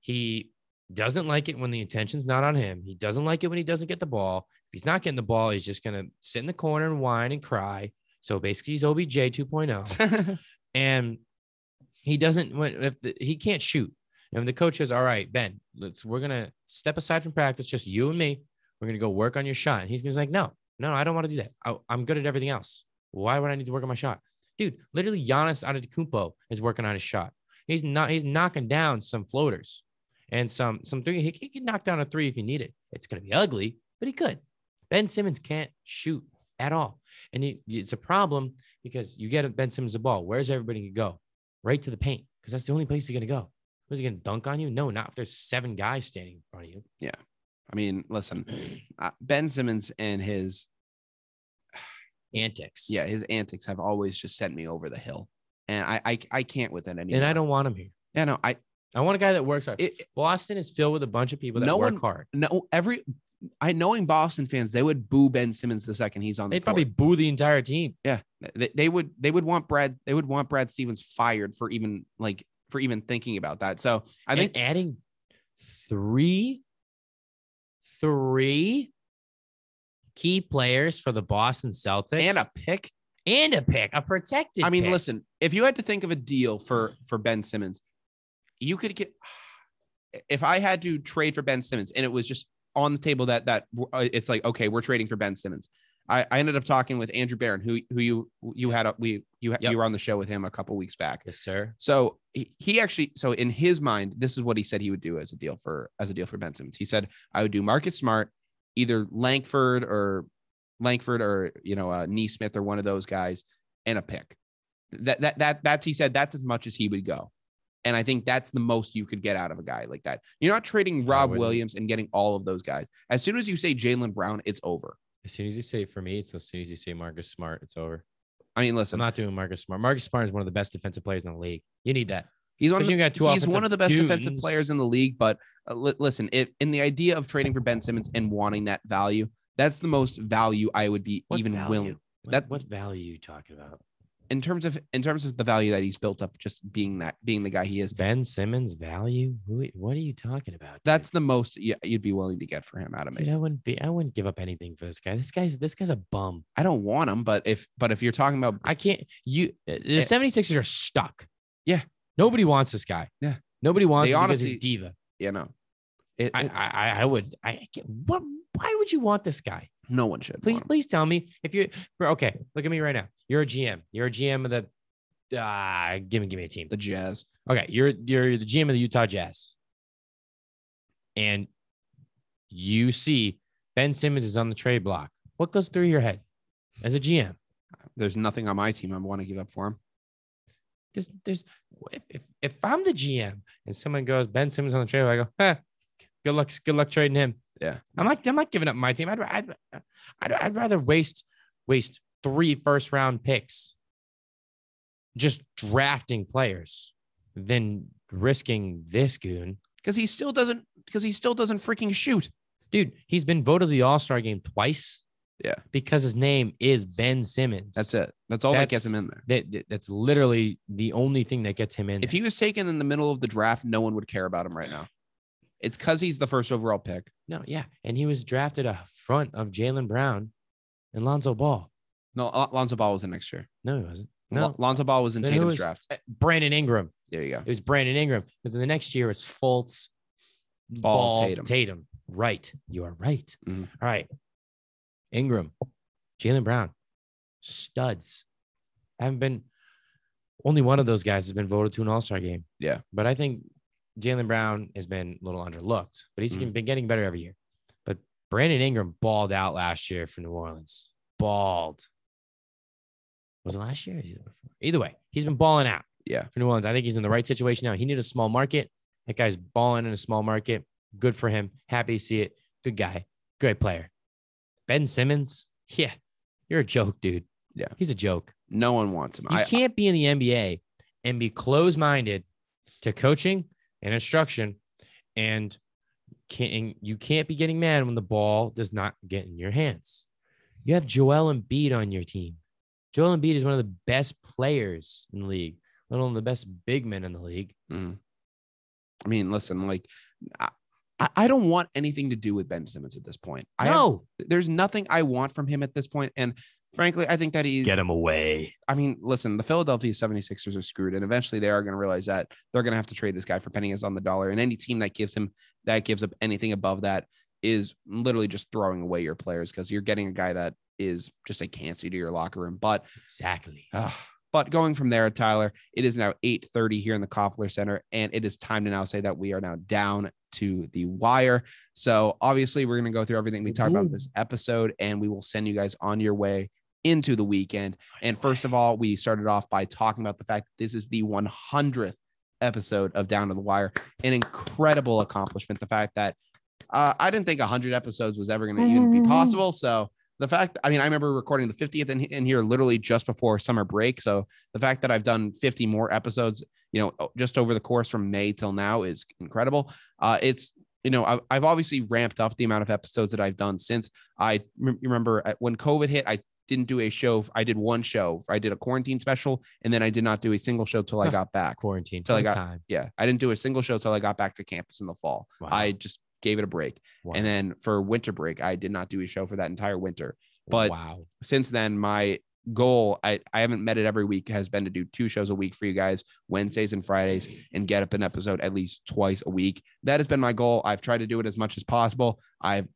Speaker 2: he doesn't like it when the attention's not on him. He doesn't like it when he doesn't get the ball. If he's not getting the ball, he's just gonna sit in the corner and whine and cry. So basically, he's OBJ 2.0 and he doesn't when if the, he can't shoot and when the coach says all right ben let's we're gonna step aside from practice just you and me we're gonna go work on your shot and he's gonna be like no no i don't want to do that I, i'm good at everything else why would i need to work on my shot dude literally Giannis Antetokounmpo is working on his shot he's not he's knocking down some floaters and some some three he, he can knock down a three if he needed it's gonna be ugly but he could ben simmons can't shoot at all and he, it's a problem because you get Ben Simmons the ball. Where's everybody gonna go? Right to the paint, because that's the only place he's gonna go. Was he gonna dunk on you? No, not if there's seven guys standing in front of you.
Speaker 1: I mean, listen, uh, Ben Simmons and his
Speaker 2: Antics.
Speaker 1: yeah his antics have always just sent me over the hill, and I I, I can't with it anymore.
Speaker 2: And I don't want him here.
Speaker 1: Yeah, no, I
Speaker 2: I want a guy that works hard.
Speaker 1: it,
Speaker 2: Boston is filled with a bunch of people that
Speaker 1: No
Speaker 2: work
Speaker 1: one-
Speaker 2: hard.
Speaker 1: no every I knowing Boston fans they would boo Ben Simmons the second he's on the
Speaker 2: They
Speaker 1: court.
Speaker 2: probably boo the entire team.
Speaker 1: yeah they, they would they would want Brad they would want Brad Stevens fired for even like for even thinking about that. So I
Speaker 2: I
Speaker 1: think
Speaker 2: think adding three, three key players for the Boston Celtics
Speaker 1: and a pick
Speaker 2: and a pick, a protected.
Speaker 1: I mean,
Speaker 2: pick.
Speaker 1: listen, if you had to think of a deal for for Ben Simmons, you could get if I had to trade for Ben Simmons and it was just on the table that that uh, it's like okay, we're trading for Ben Simmons. I, I ended up talking with Andrew Barron, who who you you had a, we you
Speaker 2: Yep.
Speaker 1: you were on the show with him a couple weeks back.
Speaker 2: Yes, sir.
Speaker 1: So he, he actually, so in his mind, this is what he said he would do as a deal for as a deal for Ben Simmons. He said, I would do Marcus Smart, either Langford or Langford or you know uh, Neesmith or one of those guys, and a pick. That that that that's he said that's as much as he would go, and I think that's the most you could get out of a guy like that. You're not trading
Speaker 2: I
Speaker 1: Rob
Speaker 2: wouldn't.
Speaker 1: Williams and getting all of those guys. As soon as you say Jalen Brown, it's over.
Speaker 2: As soon as you say for me, it's as soon as you say Marcus Smart, it's over.
Speaker 1: I mean,
Speaker 2: I'm
Speaker 1: listen,
Speaker 2: not doing Marcus Smart. Marcus Smart is one of the best defensive players in the league. You need that.
Speaker 1: he's on
Speaker 2: Especially you got two
Speaker 1: he's one
Speaker 2: offensive
Speaker 1: of the best
Speaker 2: dudes.
Speaker 1: defensive players in the league. But uh, li- listen, if, in the idea of trading for Ben Simmons and wanting that value, that's the most value I would be
Speaker 2: What
Speaker 1: even
Speaker 2: value?
Speaker 1: willing
Speaker 2: What,
Speaker 1: that-
Speaker 2: what value are you talking about?
Speaker 1: in terms of in terms of the value that he's built up, just being that being the guy he is.
Speaker 2: Ben Simmons value? Who, what are you talking about? dude?
Speaker 1: That's the most y- you'd be willing to get for him out of
Speaker 2: Dude,
Speaker 1: me.
Speaker 2: I wouldn't be. I wouldn't give up anything for this guy. This guy's this guy's a bum.
Speaker 1: I don't want him, but if but if you're talking about
Speaker 2: I can't. You uh, the
Speaker 1: Yeah.
Speaker 2: 76ers are stuck.
Speaker 1: Yeah.
Speaker 2: Nobody wants this guy.
Speaker 1: Yeah.
Speaker 2: Nobody wants
Speaker 1: They
Speaker 2: him because
Speaker 1: honestly-
Speaker 2: he's diva.
Speaker 1: you know, it,
Speaker 2: I,
Speaker 1: it-
Speaker 2: I I- I would. I I can't- what? Why would you want this guy?
Speaker 1: no one should.
Speaker 2: Please
Speaker 1: want him.
Speaker 2: please tell me if you. Bro, okay, look at me right now. You're a GM. You're a GM of the. Uh, give me give me a team.
Speaker 1: the Jazz.
Speaker 2: Okay, you're you're the GM of the Utah Jazz, and you see Ben Simmons is on the trade block. What goes through your head as a GM?
Speaker 1: There's nothing on my team I want to give up for him.
Speaker 2: There's, there's if, if if I'm the GM and someone goes Ben Simmons on the trade, block, I go, huh, good luck, good luck trading him.
Speaker 1: Yeah.
Speaker 2: I'm not, I'm not giving up my team. I'd, ra- I'd, I'd, I'd rather waste waste three first round picks just drafting players than risking this goon.
Speaker 1: Because he still doesn't because he still doesn't freaking shoot.
Speaker 2: Dude, he's been voted the All Star game twice.
Speaker 1: Yeah.
Speaker 2: Because his name is Ben Simmons.
Speaker 1: That's it. That's all that gets
Speaker 2: That's-
Speaker 1: him in there.
Speaker 2: That, that- that's literally the only thing that gets him in.
Speaker 1: If
Speaker 2: there.
Speaker 1: he was taken in the middle of the draft, no one would care about him right now. It's because he's the first overall pick.
Speaker 2: no, yeah. And he was drafted a front of Jalen Brown and Lonzo Ball.
Speaker 1: No, Al- Lonzo Ball was in next year.
Speaker 2: No, he wasn't.
Speaker 1: No.
Speaker 2: No.
Speaker 1: Lonzo Ball was in
Speaker 2: Then who
Speaker 1: Tatum's
Speaker 2: was-
Speaker 1: draft.
Speaker 2: Uh, Brandon Ingram.
Speaker 1: There you go.
Speaker 2: It was Brandon Ingram. Because in the next year it's Fultz,
Speaker 1: Ball, Tatum.
Speaker 2: Right. You are right.
Speaker 1: Mhm.
Speaker 2: All right. Ingram, Jalen Brown, studs. I haven't been only one of those guys has been voted to an all-star game.
Speaker 1: Yeah.
Speaker 2: But I think Jalen Brown has been a little underlooked, but he's
Speaker 1: Mhm.
Speaker 2: been getting better every year. But Brandon Ingram balled out last year for New Orleans. Balled. Was it last year? or the year before? Either way, he's been balling out
Speaker 1: Yeah.
Speaker 2: for New Orleans. I think he's in the right situation now. He needed a small market. That guy's balling in a small market. Good for him. Happy to see it. Good guy. Great player. Ben Simmons. Yeah. You're a joke, dude.
Speaker 1: Yeah.
Speaker 2: He's a joke.
Speaker 1: No one wants him.
Speaker 2: You
Speaker 1: I,
Speaker 2: can't be in the NBA and be closed minded to coaching and instruction and can't and you can't be getting mad when the ball does not get in your hands. You have Joel Embiid on your team. Joel Embiid is one of the best players in the league, let alone the best big men in the league.
Speaker 1: Mhm. I mean, listen, like, I, I- I don't want anything to do with Ben Simmons at this point. I have-
Speaker 2: no,
Speaker 1: there's nothing I want from him at this point. And frankly, I think that he's
Speaker 2: him away.
Speaker 1: I mean, listen, the Philadelphia 76ers are screwed, and eventually they are going to realize that they're going to have to trade this guy for pennies on the dollar. And any team that gives him that gives up anything above that is literally just throwing away your players because you're getting a guy that is just a cancer to your locker room. But
Speaker 2: Exactly.
Speaker 1: uh, but going from there, Tyler, it is now 8:30 here in the Koffler Center, and it is time to now say that we are now down to the wire. So obviously, we're going to go through everything we talked about
Speaker 2: Ooh.
Speaker 1: this episode, and we will send you guys on your way into the weekend. And first of all, we started off by talking about the fact that this is the 100th episode of Down to the Wire, an incredible accomplishment. The fact that uh, I didn't think 100 episodes was ever going to even be possible. So the fact, I mean, I remember recording the 50th in, in here literally just before summer break. So the fact that I've done 50 more episodes, you know, just over the course from May till now is incredible. Uh, it's, you know, I've, I've obviously ramped up the amount of episodes that I've done since I rem- remember at- when COVID hit, I didn't do a show. I did one show. I did a quarantine special, and then I did not do a single show till I
Speaker 2: Huh.
Speaker 1: got back.
Speaker 2: Quarantine
Speaker 1: Till I
Speaker 2: till
Speaker 1: got-
Speaker 2: time.
Speaker 1: Yeah, I didn't do a single show till I got back to campus in the fall.
Speaker 2: Wow.
Speaker 1: I just gave it a break.
Speaker 2: wow.
Speaker 1: And then for winter break, I did not do a show for that entire winter. but-
Speaker 2: wow.
Speaker 1: Since then, my goal, I, I haven't met it every week, has been to do two shows a week for you guys, Wednesdays and Fridays, and get up an episode at least twice a week. That has been my goal. I've tried to do it as much as possible. I've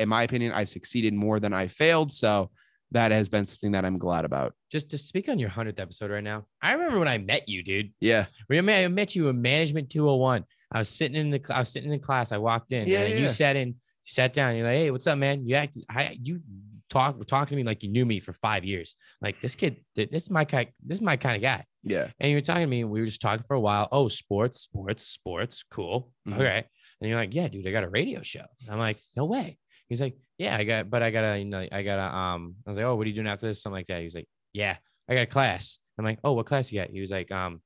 Speaker 1: in my opinion, I've succeeded more than I failed. So that has been something that I'm glad about.
Speaker 2: Just to speak on your 100th episode right now, I remember when I met you, dude.
Speaker 1: Yeah.
Speaker 2: Remember, I met you in Management 201. I was sitting in the cl- I was sitting in class. I walked in,
Speaker 1: Yeah,
Speaker 2: and
Speaker 1: yeah.
Speaker 2: you sat in. You sat down. You're like, "Hey, what's up, man?" You acted. I you talk were talking to me like you knew me for five years. Like this kid, th- this is my kind. This is my kind of guy.
Speaker 1: Yeah.
Speaker 2: And you were talking to me, and we were just talking for a while. Oh, sports, sports, sports. Cool.
Speaker 1: Mhm.
Speaker 2: Okay. And you're like, yeah, dude, I got a radio show. And I'm like, no way. He's like, yeah, I got, but I got to, you know, I got to, um, I was like, oh, what are you doing after this? Something like that. He was like, yeah, I got a class. I'm like, oh, what class you got? He was like, um,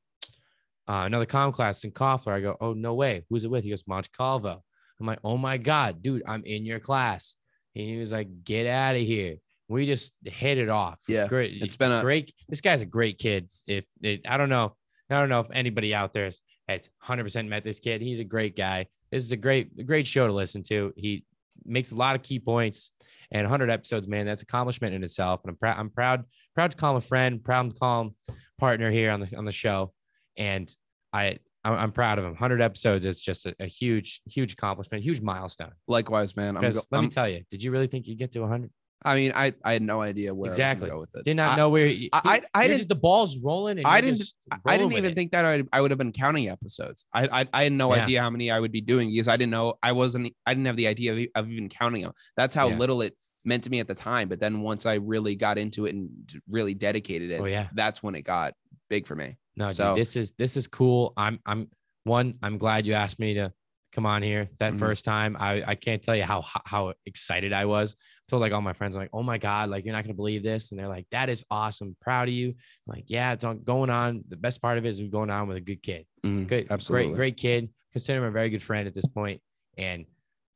Speaker 2: uh, another comm class in Coffler. I go, oh, no way. Who's it with? He goes, Monte Calvo. I'm like, oh my God, dude, I'm in your class. And he was like, get out of here. We just hit it off.
Speaker 1: Yeah,
Speaker 2: Great
Speaker 1: It's been a
Speaker 2: great. This guy's a great kid. If it, I don't know, I don't know if anybody out there has- has 100% met this kid. He's a great guy. This is a great, a great show to listen to. He makes a lot of key points and 100 episodes, man. That's accomplishment in itself. And I'm proud. I'm proud, proud to call him a friend, proud to call him partner here on the on the show. And I, I'm I'm proud of him. 100 episodes is just a, a huge, huge accomplishment, huge milestone.
Speaker 1: likewise, man. I'm, go-
Speaker 2: Because let me
Speaker 1: I'm-
Speaker 2: tell you, did you really think you'd get to 100?
Speaker 1: I mean, I, I had no idea where I was
Speaker 2: Exactly.
Speaker 1: gonna go with it.
Speaker 2: Did not
Speaker 1: I-
Speaker 2: know where. You,
Speaker 1: I- I- I
Speaker 2: you're
Speaker 1: didn't-
Speaker 2: just- the ball's rolling. And
Speaker 1: I
Speaker 2: you're
Speaker 1: didn't-
Speaker 2: just
Speaker 1: I
Speaker 2: rolling
Speaker 1: didn't
Speaker 2: with
Speaker 1: even
Speaker 2: it.
Speaker 1: think that I, I would have been counting episodes. I, I, I had no
Speaker 2: Yeah.
Speaker 1: idea how many I would be doing because I didn't know I wasn't I didn't have the idea of, e- of even counting them. That's how
Speaker 2: Yeah.
Speaker 1: little it meant to me at the time. But then once I really got into it and d- really dedicated it,
Speaker 2: Oh yeah.
Speaker 1: that's when it got big for me.
Speaker 2: No,
Speaker 1: So-
Speaker 2: dude, this is this is cool. I'm I'm one. I'm glad you asked me to come on here that
Speaker 1: Mhm.
Speaker 2: first time. I I can't tell you how how- how excited I was. I told like all my friends, I'm like, oh my god, like you're not gonna believe this, and they're like, that is awesome, proud of you. I'm like, yeah, it's all going on. The best part of it is we're going on with a good kid, good,
Speaker 1: absolutely.
Speaker 2: great, great kid. Consider him a very good friend at this point, and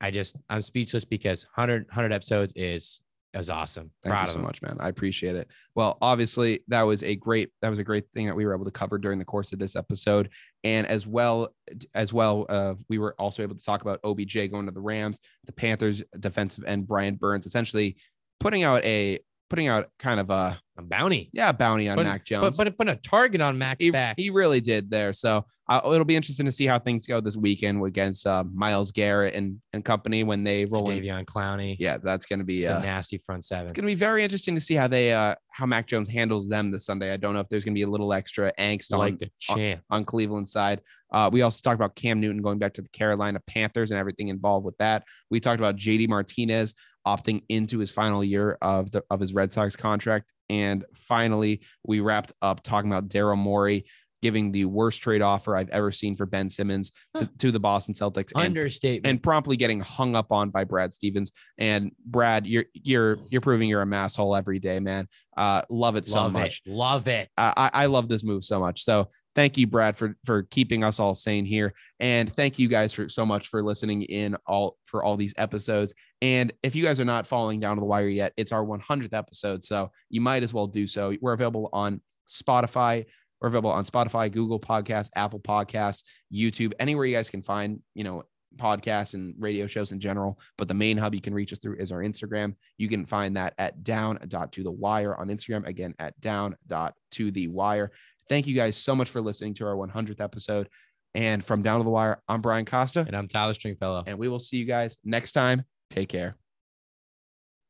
Speaker 2: I just I'm speechless because 100 100 episodes is is awesome.
Speaker 1: Thank
Speaker 2: proud
Speaker 1: you
Speaker 2: of
Speaker 1: so
Speaker 2: him.
Speaker 1: much, man. I appreciate it. Well, obviously, that was a great that was a great thing that we were able to cover during the course of this episode, and as well as well, uh, we were also able to talk about OBJ going to the Rams, the Panthers defensive end Brian Burns, essentially putting out a putting out kind of a
Speaker 2: A bounty.
Speaker 1: yeah bounty on
Speaker 2: But-
Speaker 1: Mac Jones.
Speaker 2: But, but put a target on Max
Speaker 1: he,
Speaker 2: back.
Speaker 1: he really did there. So uh, it'll be interesting to see how things go this weekend against uh, Miles Garrett and and company when they roll in.
Speaker 2: Davion Clowney.
Speaker 1: Yeah, that's going to be
Speaker 2: It's
Speaker 1: uh,
Speaker 2: a nasty front seven.
Speaker 1: it's going to be very interesting to see how they uh how Mac Jones handles them this Sunday. I don't know if there's going to be a little extra angst on
Speaker 2: like the champ.
Speaker 1: on Cleveland side. Uh, we also talked about Cam Newton going back to the Carolina Panthers and everything involved with that. We talked about JD Martinez opting into his final year of the of his Red Sox contract, and finally we wrapped up talking about Daryl Morey giving the worst trade offer I've ever seen for Ben Simmons to,
Speaker 2: Huh.
Speaker 1: to the Boston Celtics and
Speaker 2: Understatement.
Speaker 1: and promptly getting hung up on by Brad Stevens. And Brad, you're you're you're proving you're a mass hole every day, man. Uh, love it so
Speaker 2: love
Speaker 1: much. Ah.
Speaker 2: it. Love it.
Speaker 1: I, I I love this move so much. So thank you, Brad, for for keeping us all sane here, and thank you guys for so much for listening in all for all these episodes. And if you guys are not following Down to the Wire yet, it's our 100th episode, so you might as well do so. We're available on Spotify. We're available on Spotify, Google Podcasts, Apple Podcasts, YouTube, anywhere you guys can find, you know, podcasts and radio shows in general. But the main hub you can reach us through is our Instagram. You can find that at down dot to the wire on Instagram, again at down dot to the wire. Thank you guys so much for listening to our 100th episode. And from Down to the Wire, I'm Brian Costa,
Speaker 2: and I'm Tyler Stringfellow.
Speaker 1: and we will see you guys next time. Take care.